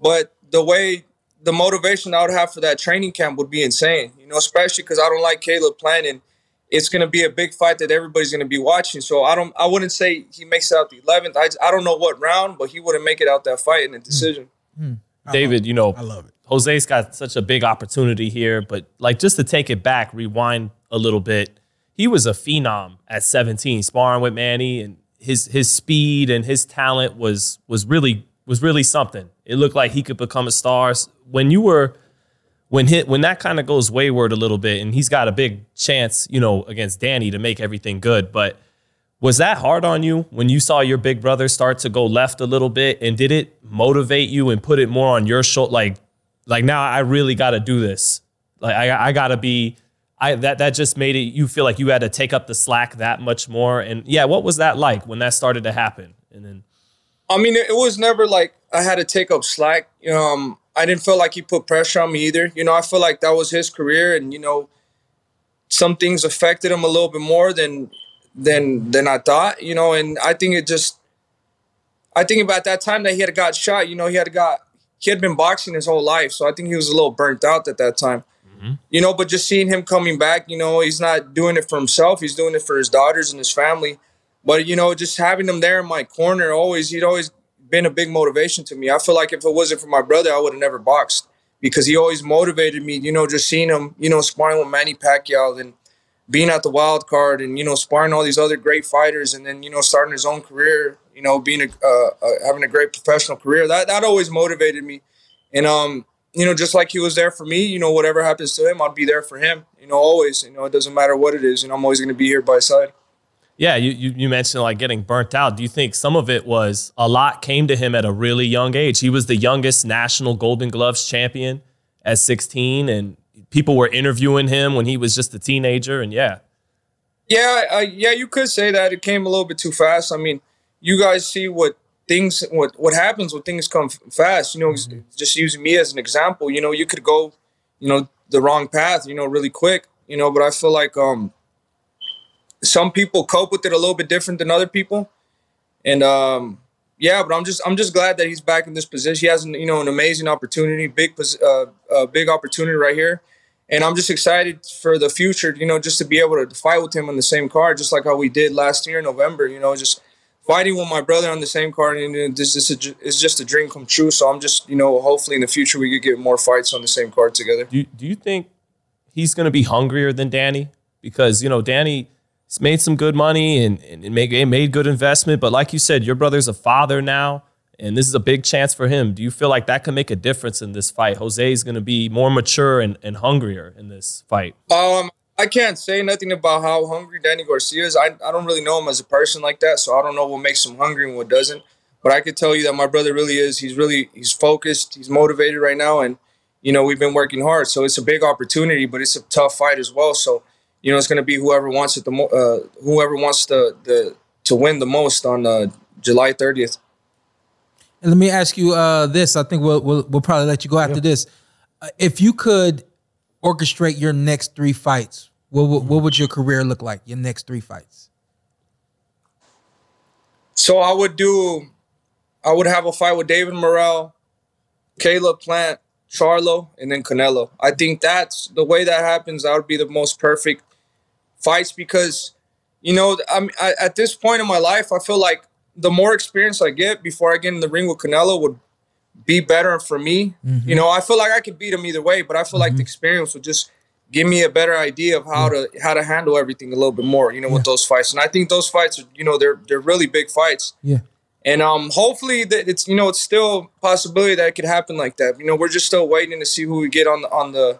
but the way the motivation I would have for that training camp would be insane. You know, especially because I don't like Caleb Plant, and it's going to be a big fight that everybody's going to be watching. So I don't, I wouldn't say he makes it out the eleventh. I, I don't know what round, but he wouldn't make it out that fight in a decision.
David, you know, I
love it.
Jose's got such a big opportunity here, but like just to take it back, rewind a little bit. He was a phenom at 17, sparring with Manny, and his his speed and his talent was was really was really something. It looked like he could become a star. When you were when hit when that kind of goes wayward a little bit, and he's got a big chance, you know, against Danny to make everything good, but was that hard on you when you saw your big brother start to go left a little bit and did it motivate you and put it more on your shoulder like like now i really got to do this like i, I got to be I, that that just made it you feel like you had to take up the slack that much more and yeah what was that like when that started to happen and then
I mean, it it was never like I had to take up slack. You know, Um, I didn't feel like he put pressure on me either. You know, I feel like that was his career, and you know, some things affected him a little bit more than than than I thought. You know, and I think it just, I think about that time that he had got shot. You know, he had got he had been boxing his whole life, so I think he was a little burnt out at that time. You know, but just seeing him coming back, you know, he's not doing it for himself; he's doing it for his daughters and his family. But you know, just having him there in my corner, always he'd always been a big motivation to me. I feel like if it wasn't for my brother, I would have never boxed because he always motivated me. You know, just seeing him, you know, sparring with Manny Pacquiao and being at the wild card and you know sparring all these other great fighters and then you know starting his own career you know being a uh, uh, having a great professional career that that always motivated me and um you know just like he was there for me you know whatever happens to him I'll be there for him you know always you know it doesn't matter what it is you know I'm always going to be here by his side
Yeah, you, you you mentioned like getting burnt out. Do you think some of it was a lot came to him at a really young age? He was the youngest national Golden Gloves champion at 16, and people were interviewing him when he was just a teenager. And yeah,
Yeah, uh, yeah, you could say that it came a little bit too fast. I mean, you guys see what things what what happens when things come f- fast. You know, just using me as an example. You know, you could go, you know, the wrong path. You know, really quick. You know, but I feel like um, some people cope with it a little bit different than other people, and um, yeah, but I'm just I'm just glad that he's back in this position. He has an, you know an amazing opportunity, big pos- uh, uh, big opportunity right here and I'm just excited for the future. You know, just to be able to fight with him on the same card, just like how we did last year in November. You know, just fighting with my brother on the same card, and you know, this, this is ju- is just a dream come true. So I'm just, you know, hopefully in the future we could get more fights on the same card together.
do you, do you think he's going to be hungrier than Danny? Because you know Danny has made some good money and and and made made good investment, but like you said, your brother's a father now, and this is a big chance for him. Do you feel like that could make a difference in this fight? Jose is going to be more mature and, and hungrier in this fight.
Um, I can't say nothing about how hungry Danny Garcia is. I, I don't really know him as a person like that, so I don't know what makes him hungry and what doesn't. But I could tell you that my brother really is. He's really he's focused. He's motivated right now, and you know we've been working hard. So it's a big opportunity, but it's a tough fight as well. So you know it's going to be whoever wants it the mo- uh, whoever wants the the to win the most on uh, July thirtieth.
And let me ask you uh, this. I think we'll, we'll we'll probably let you go after this. Uh, if you could orchestrate your next three fights, what would, what would your career look like? Your next three fights.
So I would do, I would have a fight with David Morrell, Caleb Plant, Charlo, and then Canelo. I think that's the way that happens. That would be the most perfect fights because, you know, I'm I, at this point in my life, I feel like the more experience I get before I get in the ring with Canelo would be better for me. You know, I feel like I could beat him either way, but I feel like the experience would just give me a better idea of how to how to handle everything a little bit more. You know, with those fights, and I think those fights are you know they're they're really big fights.
Yeah.
And um, hopefully that it's you know it's still a possibility that it could happen like that. You know, we're just still waiting to see who we get on the on the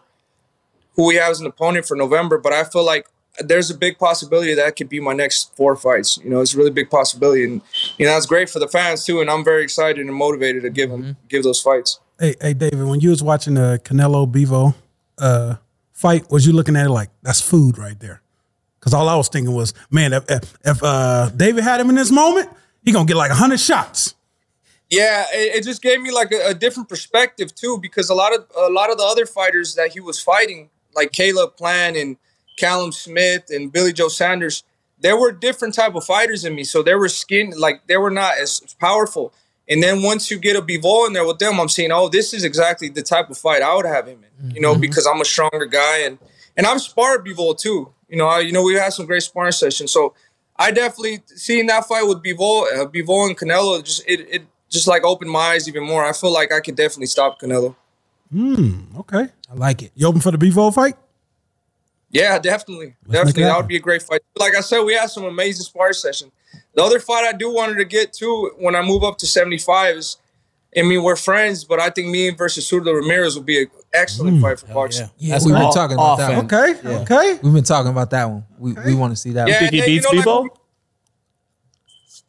who we have as an opponent for November. But I feel like there's a big possibility that could be my next four fights. You know, it's a really big possibility, and you know that's great for the fans too. And I'm very excited and motivated to give 'em- give those fights.
Hey, hey, David, when you was watching the Canelo Bevo uh, fight, was you looking at it like that's food right there? Because all I was thinking was, man, if, if, if uh, David had him in this moment, he gonna get like hundred shots.
Yeah, it, it just gave me like a, a different perspective too, because a lot of a lot of the other fighters that he was fighting, like Caleb Plan and Callum Smith and Billy Joe Sanders, they were different type of fighters than me. So they were skin like they were not as powerful. And then once you get a Bivol in there with them, I'm seeing, oh, this is exactly the type of fight I would have him in, you know, because I'm a stronger guy and and I'm sparred Bivol too. You know, I, you know, we had some great sparring sessions. So I definitely seeing that fight with Bivol, uh, Bivol and Canelo, just it, it just like opened my eyes even more. I feel like I could definitely stop Canelo.
Okay,
I like it.
you open for the Bevo fight?
Yeah, definitely,
make
definitely,
it
that
happen.
would be a great fight. Like I said, we had some amazing sparring session. The other fight I do wanted to get to when I move up to seventy five is, I mean, we're friends, but I think me and versus Surdo Ramirez would be an excellent
Mm,
fight for boxing.
Yeah,
Yeah, we've been
all-
talking about that.
offense.
One.
Okay, okay.
We've been talking about that one. We we want to see that.
Yeah.
One.
Think he
yeah, you
beats
know, like-
Bebo?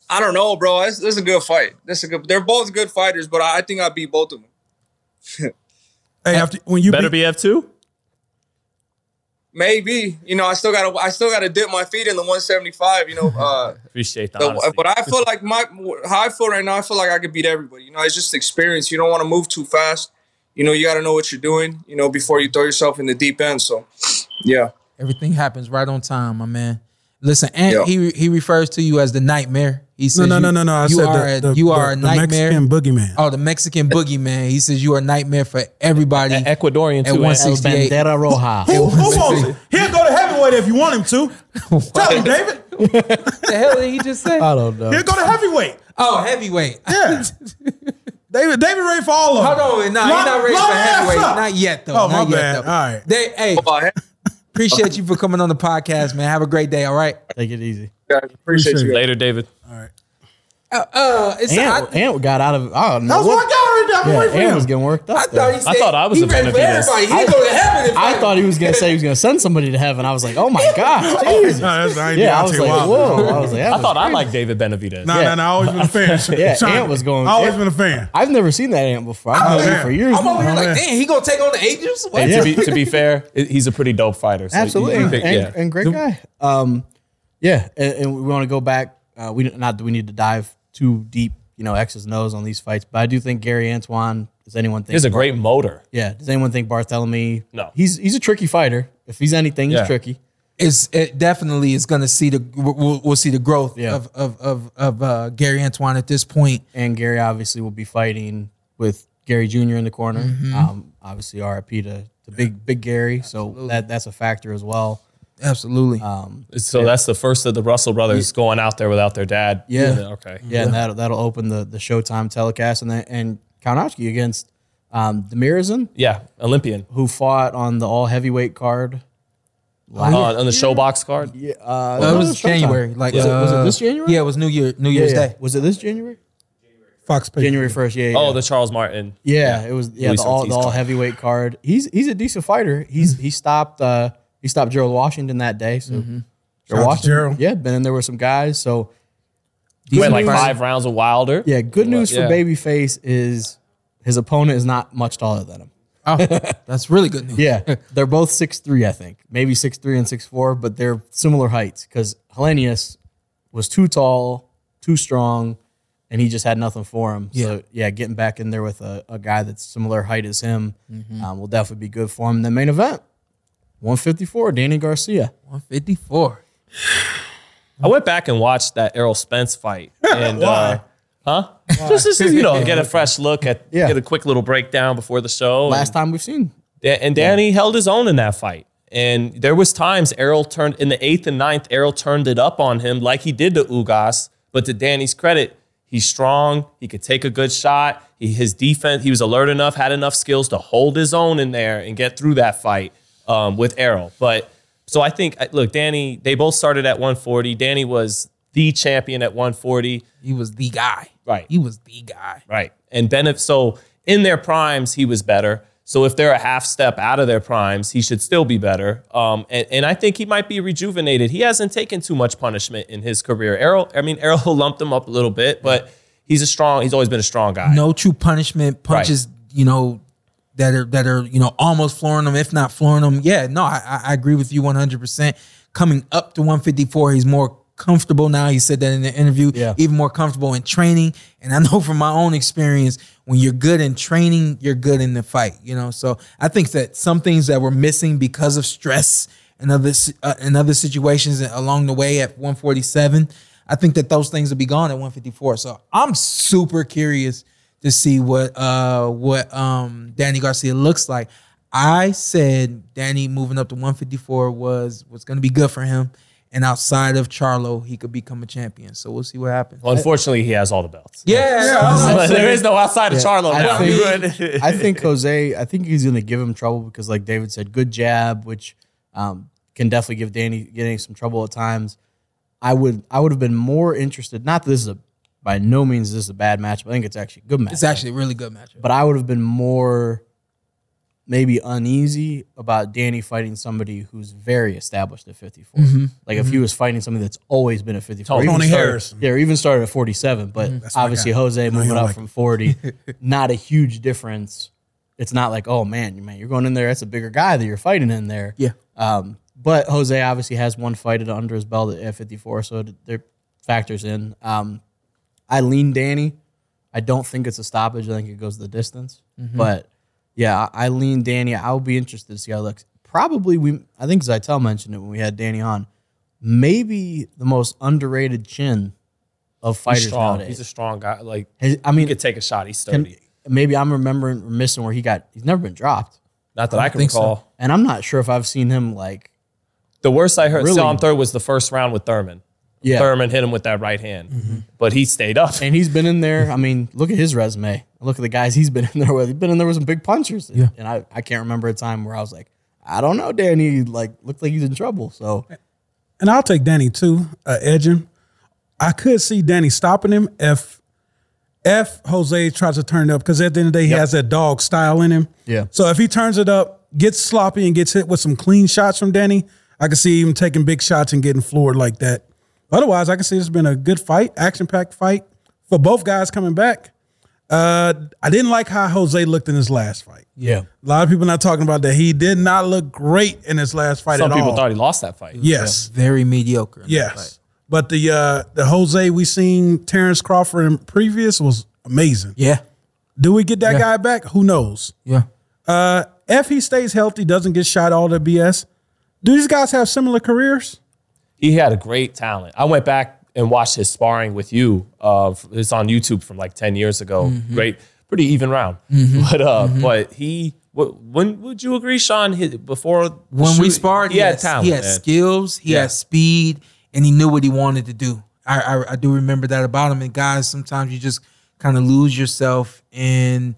I don't know, bro. This, this is a good fight. This is a good. They're both good fighters, but I, I think I beat both of them.
Hey, after when you
Better
beat-
be F two.
Maybe you know I still gotta I still gotta dip my feet in the 175. You know, uh,
Appreciate that.
So, but I feel like my how I feel right now, I feel like I could beat everybody. You know, it's just experience. You don't want to move too fast. You know, you got to know what you're doing. You know, before you throw yourself in the deep end. So, yeah,
Everything happens right on time, my man. Listen, and
Yeah.
he he refers to you as the nightmare. He He says,
No, no,
you-
no, no, no. I
you
said
are
the,
a,
the-
you
the-
are a
the
nightmare.
Mexican boogeyman.
Oh, the Mexican boogeyman. He says you are a nightmare for everybody.
A- Ecuadorian
At
too.
one
eh?
six-
El
68.
Bandera Roja.
Who, who wants it? He'll go to heavyweight if you want him to. Tell him, David.
the hell did he just
Uh,
say?
I don't know.
He'll go to heavyweight.
Oh, heavyweight.
Yeah. David, David ready for all of them.
Hold on, nah,
Line-
he's not ready
line
for
the ass
heavyweight.
up.
Not yet though.
Oh, my
not yet,
bad.
Though.
All right.
They, hey,
Oh, I
appreciate you for coming on the podcast, man. Have a great day. All right.
Take it easy.
appreciate, appreciate you. guys.
Later, David.
Uh, uh it's
Ant,
I,
Ant got out of. I don't
That
know.
was one guy already. I'm
yeah,
waiting for
Ant
him.
was getting worked up.
I thought he said
I thought I was
he
a
ready for
Benavides.
everybody. He go to heaven. if
I
I-
thought he was gonna say he was gonna send somebody to heaven. I was like, oh my god,
No,
Jesus.
that's, I ain't
Yeah, I
Deontay
was like,
Wilder.
whoa. I was like, that
I
was
thought I liked David Benavidez.
Nah, nah, nah. I always been a fan.
Yeah,
Sorry.
Ant was going-
I always
Ant-
been a fan.
I've never seen that ant before. I've known
Oh,
him
yeah.
for years.
I'm over here
now.
like, damn, he gonna take on the Angels? What?
And to, be, to be fair, i- he's a pretty dope fighter. so you- you
Absolutely,
pick-
and,
yeah.
and great guy. Um, yeah, and, and we want to go back. Uh, we don't- not that we need to dive too deep, you know, X's and O's on these fights, but I do think Gary Antoine. Does anyone think?
He's a great motor.
yeah. Does anyone think Bartholomew?
No.
He's he's a tricky fighter. If he's anything,
Yeah.
he's tricky.
It's it definitely is gonna see the we'll, we'll see the growth
Yeah.
of of of, of uh, Gary Antoine at this point.
And Gary obviously will be fighting with Gary Jr. in the corner.
Mm-hmm.
Um, obviously, RIP to, to big big Gary. So that that's a factor as well.
Absolutely.
So that's the first of the Russell brothers going out there without their dad.
Yeah.
Okay.
Yeah, and that'll that'll open the the Showtime telecast, and then and Kalinowski against um, Demirizin,
Yeah. Olympian.
who fought on the all heavyweight card.
Uh, on the showbox card.
Yeah, uh,
That
no,
was
Showtime.
January. Like
Was it- was it
uh,
this January?
Yeah, it was New Year New
Yeah,
Year's
yeah.
Day.
Was it this January?
Fox Patriot.
January first. Yeah. yeah,
Oh,
yeah.
the Charles Martin.
yeah, It was yeah
Luis
the all
Ortiz
the all
card.
heavyweight card. He's he's a decent fighter. He's he stopped uh, he stopped Gerald Washington that day. So
Mm-hmm.
out
Gerald
to
Washington,
Gerald.
yeah, been in there with some guys. So
Went like
Decent
five rounds with Wilder.
yeah, good news for
yeah.
Babyface is his opponent is not much taller than him.
Oh, that's really good news.
Yeah, they're both six three, I think, maybe six three and six four, but they're similar heights because Hellenius was too tall, too strong, and he just had nothing for him. So yeah, getting back in there with a, a guy that's similar height as him um, will definitely be good for him. The main event, one fifty four, Danny Garcia.
154.
I went back and watched that Errol Spence fight. And,
Why?
Uh, huh? Just, just, you know, get a fresh look at,
Yeah.
get a quick little breakdown before the show. and-
Last time we've seen.
Yeah, and Danny held his own in that fight. And there was times Errol turned in the eighth and ninth, Errol turned it up on him like he did to Ugas. But to Danny's credit, he's strong. He could take a good shot. He, his defense, he was alert enough, had enough skills to hold his own in there and get through that fight um, with Errol. But so I think, look, Danny, they both started at 140. Danny was the champion at 140.
He was the guy.
Right.
He was the guy.
Right. And Benef- so in their primes, he was better. So if they're a half step out of their primes, he should still be better. Um, and, and I think he might be rejuvenated. He hasn't taken too much punishment in his career. Errol, I mean, Errol lumped him up a little bit, but he's a strong, he's always been a strong guy.
No true punishment punches, you know, that are that are, you know, almost flooring them, if not flooring them. Yeah, no, I, I- I agree with you 100%. Coming up to 154, he's more comfortable now. He said that in the interview,
Yeah.
even more comfortable in training. And I know from my own experience, when you're good in training, you're good in the fight, you know. So I think that some things that were missing because of stress and other si- uh, and other situations along the way at 147, I think that those things will be gone at 154. So I'm super curious to see what uh what um Danny Garcia looks like. I said Danny moving up to 154 was was going to be good for him, and outside of Charlo, he could become a champion. So we'll see what happens.
Well, unfortunately, he has all the belts.
Yeah,
there is no outside of Charlo.
I
now.
think, I think Jose, I think he's going to give him trouble because, like David said, good jab, which um, can definitely give Danny getting some trouble at times. I would, I would have been more interested. Not that this is a, by no means this is a bad match, but I think it's actually a good match.
it's actually a really good matchup.
but I would have been more, maybe uneasy about Danny fighting somebody who's very established at 54. Like if he was fighting somebody that's always been at 54,
Tony
even
Tony
started-
Harris.
yeah, or even started at 47, but
Mm-hmm. my
obviously
guy.
Jose
know
moving
him
up
like
from 40, not a huge difference. It's not like, oh man, you- man, you're going in there. That's a bigger guy that you're fighting in there.
Yeah.
Um, but Jose obviously has one fight at under his belt at 54, so th- there factors in. Um, I lean Danny. I don't think it's a stoppage. I think it goes the distance.
Mm-hmm.
But yeah, I, I lean Danny. I'll be interested to see how it looks. Probably we. I think Zaitel mentioned it when we had Danny on. Maybe the most underrated chin of fighters
strong.
nowadays.
He's a strong guy. Like
Has- I mean,
he could take a shot. He's
can-
sturdy.
maybe I'm remembering missing where he got. He's never been dropped,
Not that I, can
think so.
recall.
and I'm not sure if I've seen him like
The worst I heard
Really?
saw him throw was the first round with Thurman.
yeah.
Thurman hit him with that right hand, but he stayed up.
And he's been in there. I mean, look at his resume. Look at the guys he's been in there with. He's been in there with some big punchers. Yeah. And I, I can't remember a time where I was like, I don't know, Danny. Like looked like he's in trouble. So
And I'll take Danny too, uh, edging. I could see Danny stopping him if if Jose tries to turn it up because at the end of the day he has that dog style in him.
Yeah.
So if he turns it up, gets sloppy and gets hit with some clean shots from Danny, I could see him taking big shots and getting floored like that. Otherwise, I can see it's been a good fight, action packed fight for both guys coming back. Uh, I didn't like how Jose looked in his last fight.
yeah.
A lot of people not talking about that. He did not look great in his last fight
Some
at
people
all.
thought he lost that fight.
yes.
Very mediocre. in that
Yes.
fight.
But the uh the Jose we seen Terrence Crawford in previous was amazing.
Yeah.
Do we get that
Yeah.
guy back? Who knows?
Yeah.
Uh if he stays healthy, doesn't get shot all the BS. Do these guys have similar careers?
he had a great talent. I went back and watched his sparring with you. Uh, it's on YouTube from like ten years ago.
Mm-hmm.
Great, pretty even round. But uh, but he. wh- When would you agree, Sean? His, before the
When we
shoot-
sparred,
he had talent.
he had
man.
skills, he
Yeah.
had speed, and he knew what he wanted to do. I, I I do remember that about him. And guys, sometimes you just kind of lose yourself in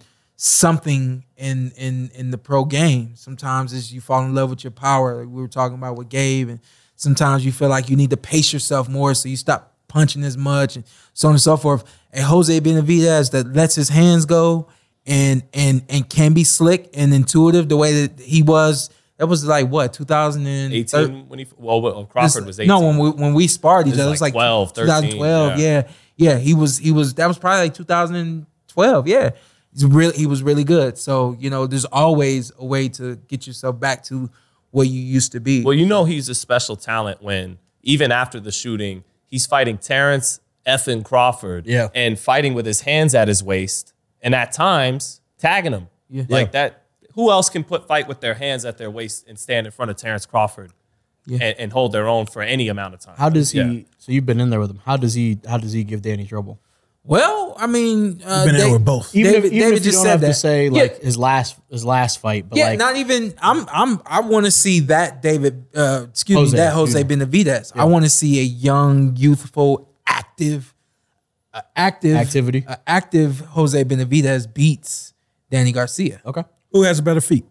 something in in in the pro game. Sometimes it's you fall in love with your power, like we were talking about with Gabe, and sometimes you feel like you need to pace yourself more, so you stop punching as much and so on and so forth. And Jose Benavidez that lets his hands go and and and can be slick and intuitive the way that he was. That was like what 2018.
eighteen when he well well, Crawford was eighteen.
No, when we when we sparred each
This is
other, it was
like
like
12, 13,
2012.
yeah.
Yeah. yeah, He was he was that was probably like 2012. Yeah, he's really he was really good. So you know, there's always a way to get yourself back to what you used to be.
Well, you know he's a special talent when even after the shooting, he's fighting Terrence effing Crawford
Yeah.
and fighting with his hands at his waist and at times tagging him. Like that who else can put fight with their hands at their waist and stand in front of Terrence Crawford and, and hold their own for any amount of time?
How does he?
Yeah.
So you've been in there with him. How does he? How does he give Danny trouble?
Well, I mean, uh,
Been there
they-
with both.
Even
David-
if, even
David
if you
just
don't
said
have to
that.
say
Yeah.
like his last his last fight, but
Yeah,
like
not even. I'm. I'm. I want to see that David. Uh, excuse
Jose,
me, that Jose
yeah.
Benavides. I want to see a young, youthful, active, uh, active
Activity.
uh, active Jose Benavides beats Danny Garcia.
okay.
Who has better feet?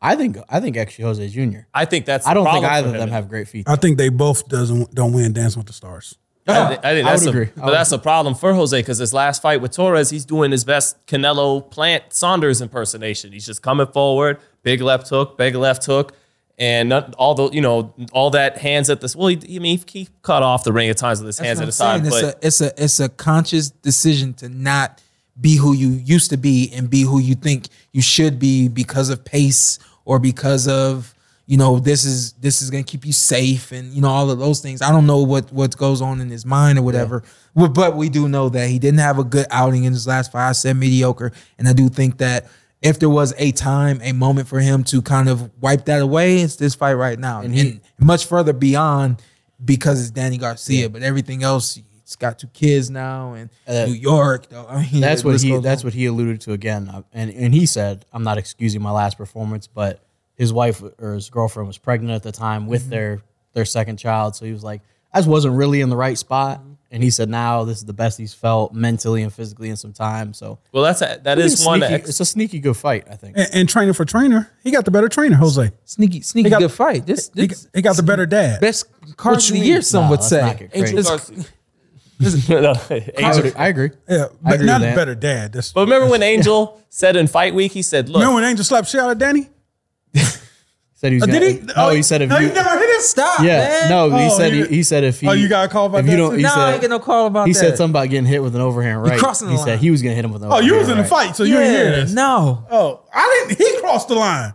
I think I think actually Jose Jr.
I think that's
I
the
don't think
problem
either
for
of
him.
them have great feet.
I think they both doesn't don't win Dance with the Stars.
I, thi- I think
I
that's
would
a,
agree. I
But
would
that's a problem for Jose because his last fight with Torres, he's doing his best Canelo Plant Saunders impersonation. He's just coming forward, big left hook, big left hook, and not, all the you know all that hands at this. Well, he, I mean, he, he cut off the ring at times with his hands at his
That's what I'm
side,
saying.
but
It's a, it's a it's a conscious decision to not be who you used to be and be who you think you should be because of pace or because of you know this is this is gonna keep you safe and you know all of those things. I don't know what what goes on in his mind or whatever, Well, but we do know that he didn't have a good outing in his last fight. I said mediocre, and I do think that. If there was a time, a moment for him to kind of wipe that away, it's this fight right now. And, much further beyond because it's Danny Garcia, but everything else, he's got two kids now and
Uh,
New York. though. I mean,
that's
the
what
list
he
goes
that's
on.
what he alluded to again Uh, and and he said i'm not excusing my last performance but his wife or his girlfriend was pregnant at the time with their their second child so he was like i just wasn't really in the right spot and he said now this is the best he's felt mentally and physically in some time so
well, that's a, that is one.
Sneaky-
ex-
it's a sneaky good fight i think
And, and trainer for trainer, he got the better trainer, Jose.
sneaky, sneaky
got-
good fight. This,
He,
this
he got the better dad.
best card of
you
the
mean?
year, some
No,
would
let's
say.
not get crazy.
It's-
No,
I,
Angel-
would- I agree
yeah,
I
but
agree
not
with
a
that.
better dad. That's
but remember when Angel said in Fight Week, he said, "Look,
remember when Angel slapped shit out of Danny?
said he was
Uh,
gonna,
did he?
no Oh, he said if
no,
you,
you never hit us.
Stop,
yeah
man.
no he
Oh,
said he,
you-
he said if he
Oh, you got a call about
if
that
you don't
too?
he
no, I
said
ain't get no call about
he
that.
said something about getting hit with an overhand right
crossing the
he
line.
said he was gonna hit him with an
Oh,
overhand
you was in the
right.
fight, so you didn't hear
Yeah,
this.
no.
Oh, I didn't. He crossed the line.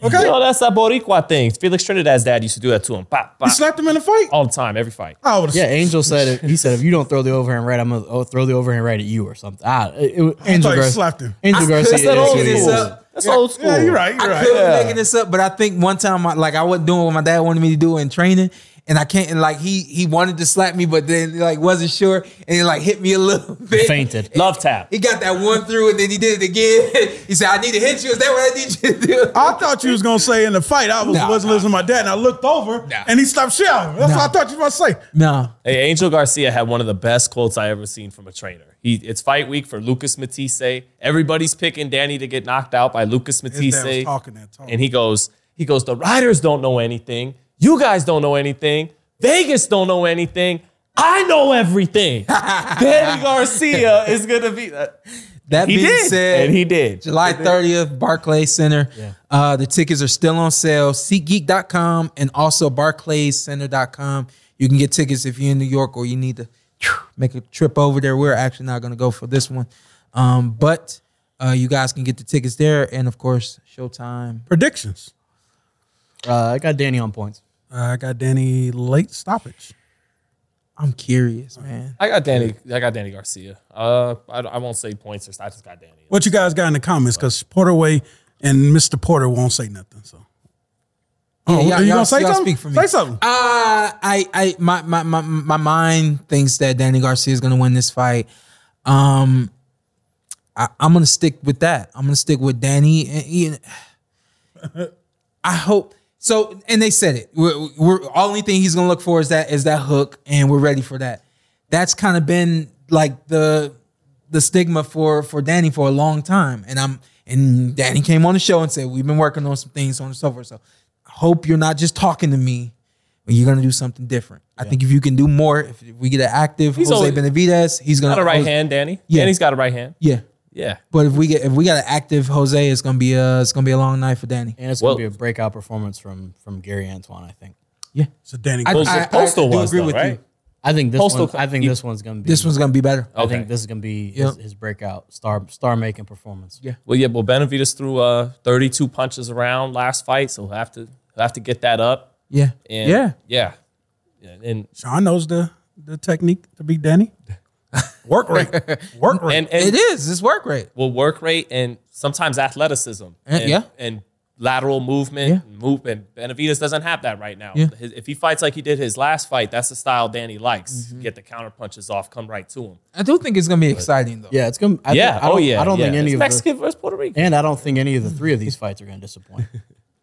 you
Okay,
know that's that Boricua thing." Felix Trinidad's dad used to do that to him, pop,
he
pop,
slapped him in the fight.
Oh.
all the time, every fight.
I would
Yeah, Angel said it. He said if you don't throw the overhand right, I'm gonna oh, throw the overhand right at you or something. Ah, it, it, Angel
thought he
Garcia
slapped him.
Angel Garcia.
That's
is
not
who
old
he
this
is.
up.
That's old school.
Yeah, you're right. You're
I
right.
could be making this up, but I think one time, I, like I wasn't doing what my dad wanted me to do in training, and I can't and like he he wanted to slap me, but then like wasn't sure and he like hit me a little bit.
Fainted.
Love tap.
He got that one through and then he did it again. he said, I need to hit you. Is that what I need you to do?
I thought you was gonna say in the fight I was,
Nah,
wasn't
nah.
listening to my dad, and I looked over
Nah.
and he stopped shouting. That's
Nah.
what I thought you was about to say.
No.
Hey, Angel Garcia had one of the best quotes I ever seen from a trainer. He, it's fight week for Lucas Matisse. Everybody's picking Danny to get knocked out by Lucas
His dad was
Matisse.
talking that talk.
And he goes, he goes, the riders don't know anything. You guys don't know anything. Vegas don't know anything. I know everything. Danny Garcia is gonna be. uh,
That
he
being
did,
said,
and he did.
July 30th, Barclays Center. Uh, the tickets are still on sale. SeatGeek.com and also BarclaysCenter.com. You can get tickets if you're in New York or you need to make a trip over there. We're actually not going to go for this one. Um, but uh, you guys can get the tickets there. And of course, Showtime.
Predictions.
Uh, I got Danny on points.
Uh, I got Danny late stoppage.
I'm curious, man.
I got Danny. I got Danny Garcia. Uh, I, I won't say points or stats. I just got Danny.
What you guys got in the comments? Because Porterway and Mr. Porter won't say nothing. So, oh,
Yeah, y'all-
are you
y'all-
gonna say
y'all
something?
speak for me.
Say something.
Uh, I, I, my, my, my, my mind thinks that Danny Garcia is going to win this fight. Um, I, I'm going to stick with that. I'm going to stick with Danny. And, you know, I hope so. And they said it. We're, we're only thing he's going to look for is that is that hook, and we're ready for that. That's kind of been like the the stigma for for Danny for a long time, and I'm and Danny came on the show and said we've been working on some things, so on and so forth. So I hope you're not just talking to me. But you're gonna do something different. I think if you can do more, if we get an active
He's
Jose
always-
Benavidez, he's gonna
Got a right
oh,
hand, Danny.
Yeah.
Danny's got a right hand.
Yeah,
Yeah.
but if we get if we got an active Jose, it's gonna be a it's gonna be a long night for Danny.
And it's
Well-
gonna be a breakout performance from from Gary Antoine. I think.
so Danny,
I-
Postal,
I-
postal
do
was
agree
though,
with you.
right?
I think this
Postal
one.
cl-
I think
you-
this one's gonna be.
This one's gonna be better.
I
Okay.
think this is gonna be
Yep.
his, his breakout star star making performance. Yeah.
Well, yeah. Well, Benavides threw uh, 32 punches around last fight, so he'll have to he'll have to get that up.
Yeah,
And
yeah.
yeah, yeah. And
Sean knows the the technique to beat Danny. Work rate, work rate.
and, and
It is. It's work rate.
well, work rate and sometimes athleticism.
Uh,
And,
yeah.
And lateral movement, movement. Benavides doesn't have that right now.
Yeah.
His, if he fights like he did his last fight, that's the style Danny likes.
Mm-hmm.
Get the counter punches off, come right to him.
I do think it's gonna be exciting though.
Yeah, it's gonna. I
yeah.
Think, I
oh
don't-
yeah.
I don't
yeah.
think any
It's
of the,
Mexican versus Puerto Rican.
and I don't think any of the three of these fights are gonna disappoint.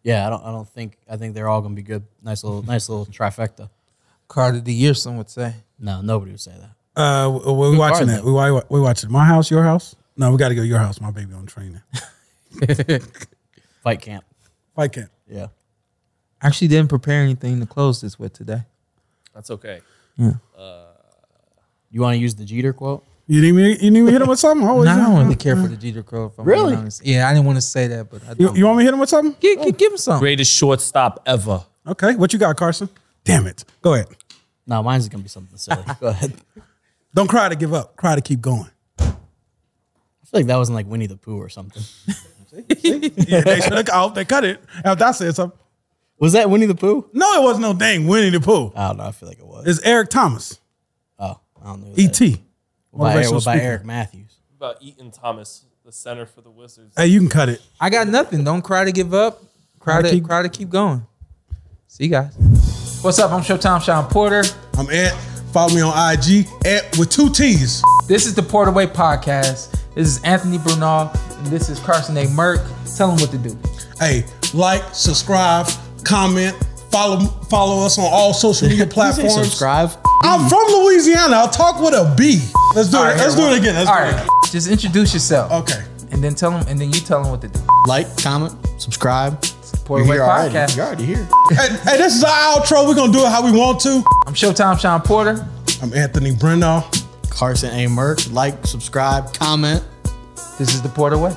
yeah, I don't. I don't think. I think they're all gonna be good. Nice little nice little trifecta.
Card of the year, some would say.
No, nobody would say that.
Uh, we- we we watching
are
that. We, we we watching my house, your house. No, we got to go your house. My baby on training.
Fight camp.
Fight camp.
Yeah.
Actually, didn't prepare anything to close this with today.
That's okay.
You want to use the Jeter quote?
You need me? You need me to hit him with something? I Always
No, I
do.
don't really care for the Jeter Crow. If I'm being
Really?
honest. Yeah, I didn't want to say that, but I do.
You, you want me to hit him with something?
give, give, give him something.
Greatest shortstop ever.
Okay, what you got, Carson? Damn it. Go ahead.
No, mine's gonna be something silly. Go ahead. I
Don't cry to give up. Cry to keep going.
feel like that wasn't like Winnie the Pooh or something.
Yeah, they should have. Oh, they cut it after I said something.
Was that Winnie the Pooh?
No, it wasn't no dang Winnie the Pooh.
I don't know. I feel like it was.
It's Eric Thomas, E
oh, I don't know. who that is.
E.T.
By, Eric-
Motivational
by
speaker.
Eric Matthews.
about Eaton Thomas, the center for the Wizards.
Hey, you can cut it.
I got nothing. Don't cry to give up. Cry to,
keep-
cry to keep going. See you guys. What's up? I'm Showtime Sean Porter.
I'm Ed. Follow me on IG, Ed with two T's.
This is the Port Away Podcast. This is Anthony Brunel, and this is Carson A. Merck. Tell them what to do.
Hey, like, subscribe, comment, follow follow us on all social media platforms.
Subscribe.
I'm from Louisiana. I'll talk with a B. Let's do
All
it.
right,
Let's do
here,
it again. Let's
All
do it
right.
again.
Just introduce yourself.
Okay.
And then tell them, and then you tell them what to do.
Like, comment, subscribe.
Port
You're
Away
here already.
Podcast.
You're already here.
hey, hey, this is our outro. We're gonna do it how we want to.
I'm Showtime Sean Porter.
I'm Anthony Brenner.
Carson A. Merck. Like, subscribe, comment.
This is the Port Away.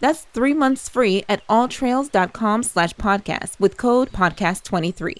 That's three months free at alltrails.com slash podcast with code podcast23.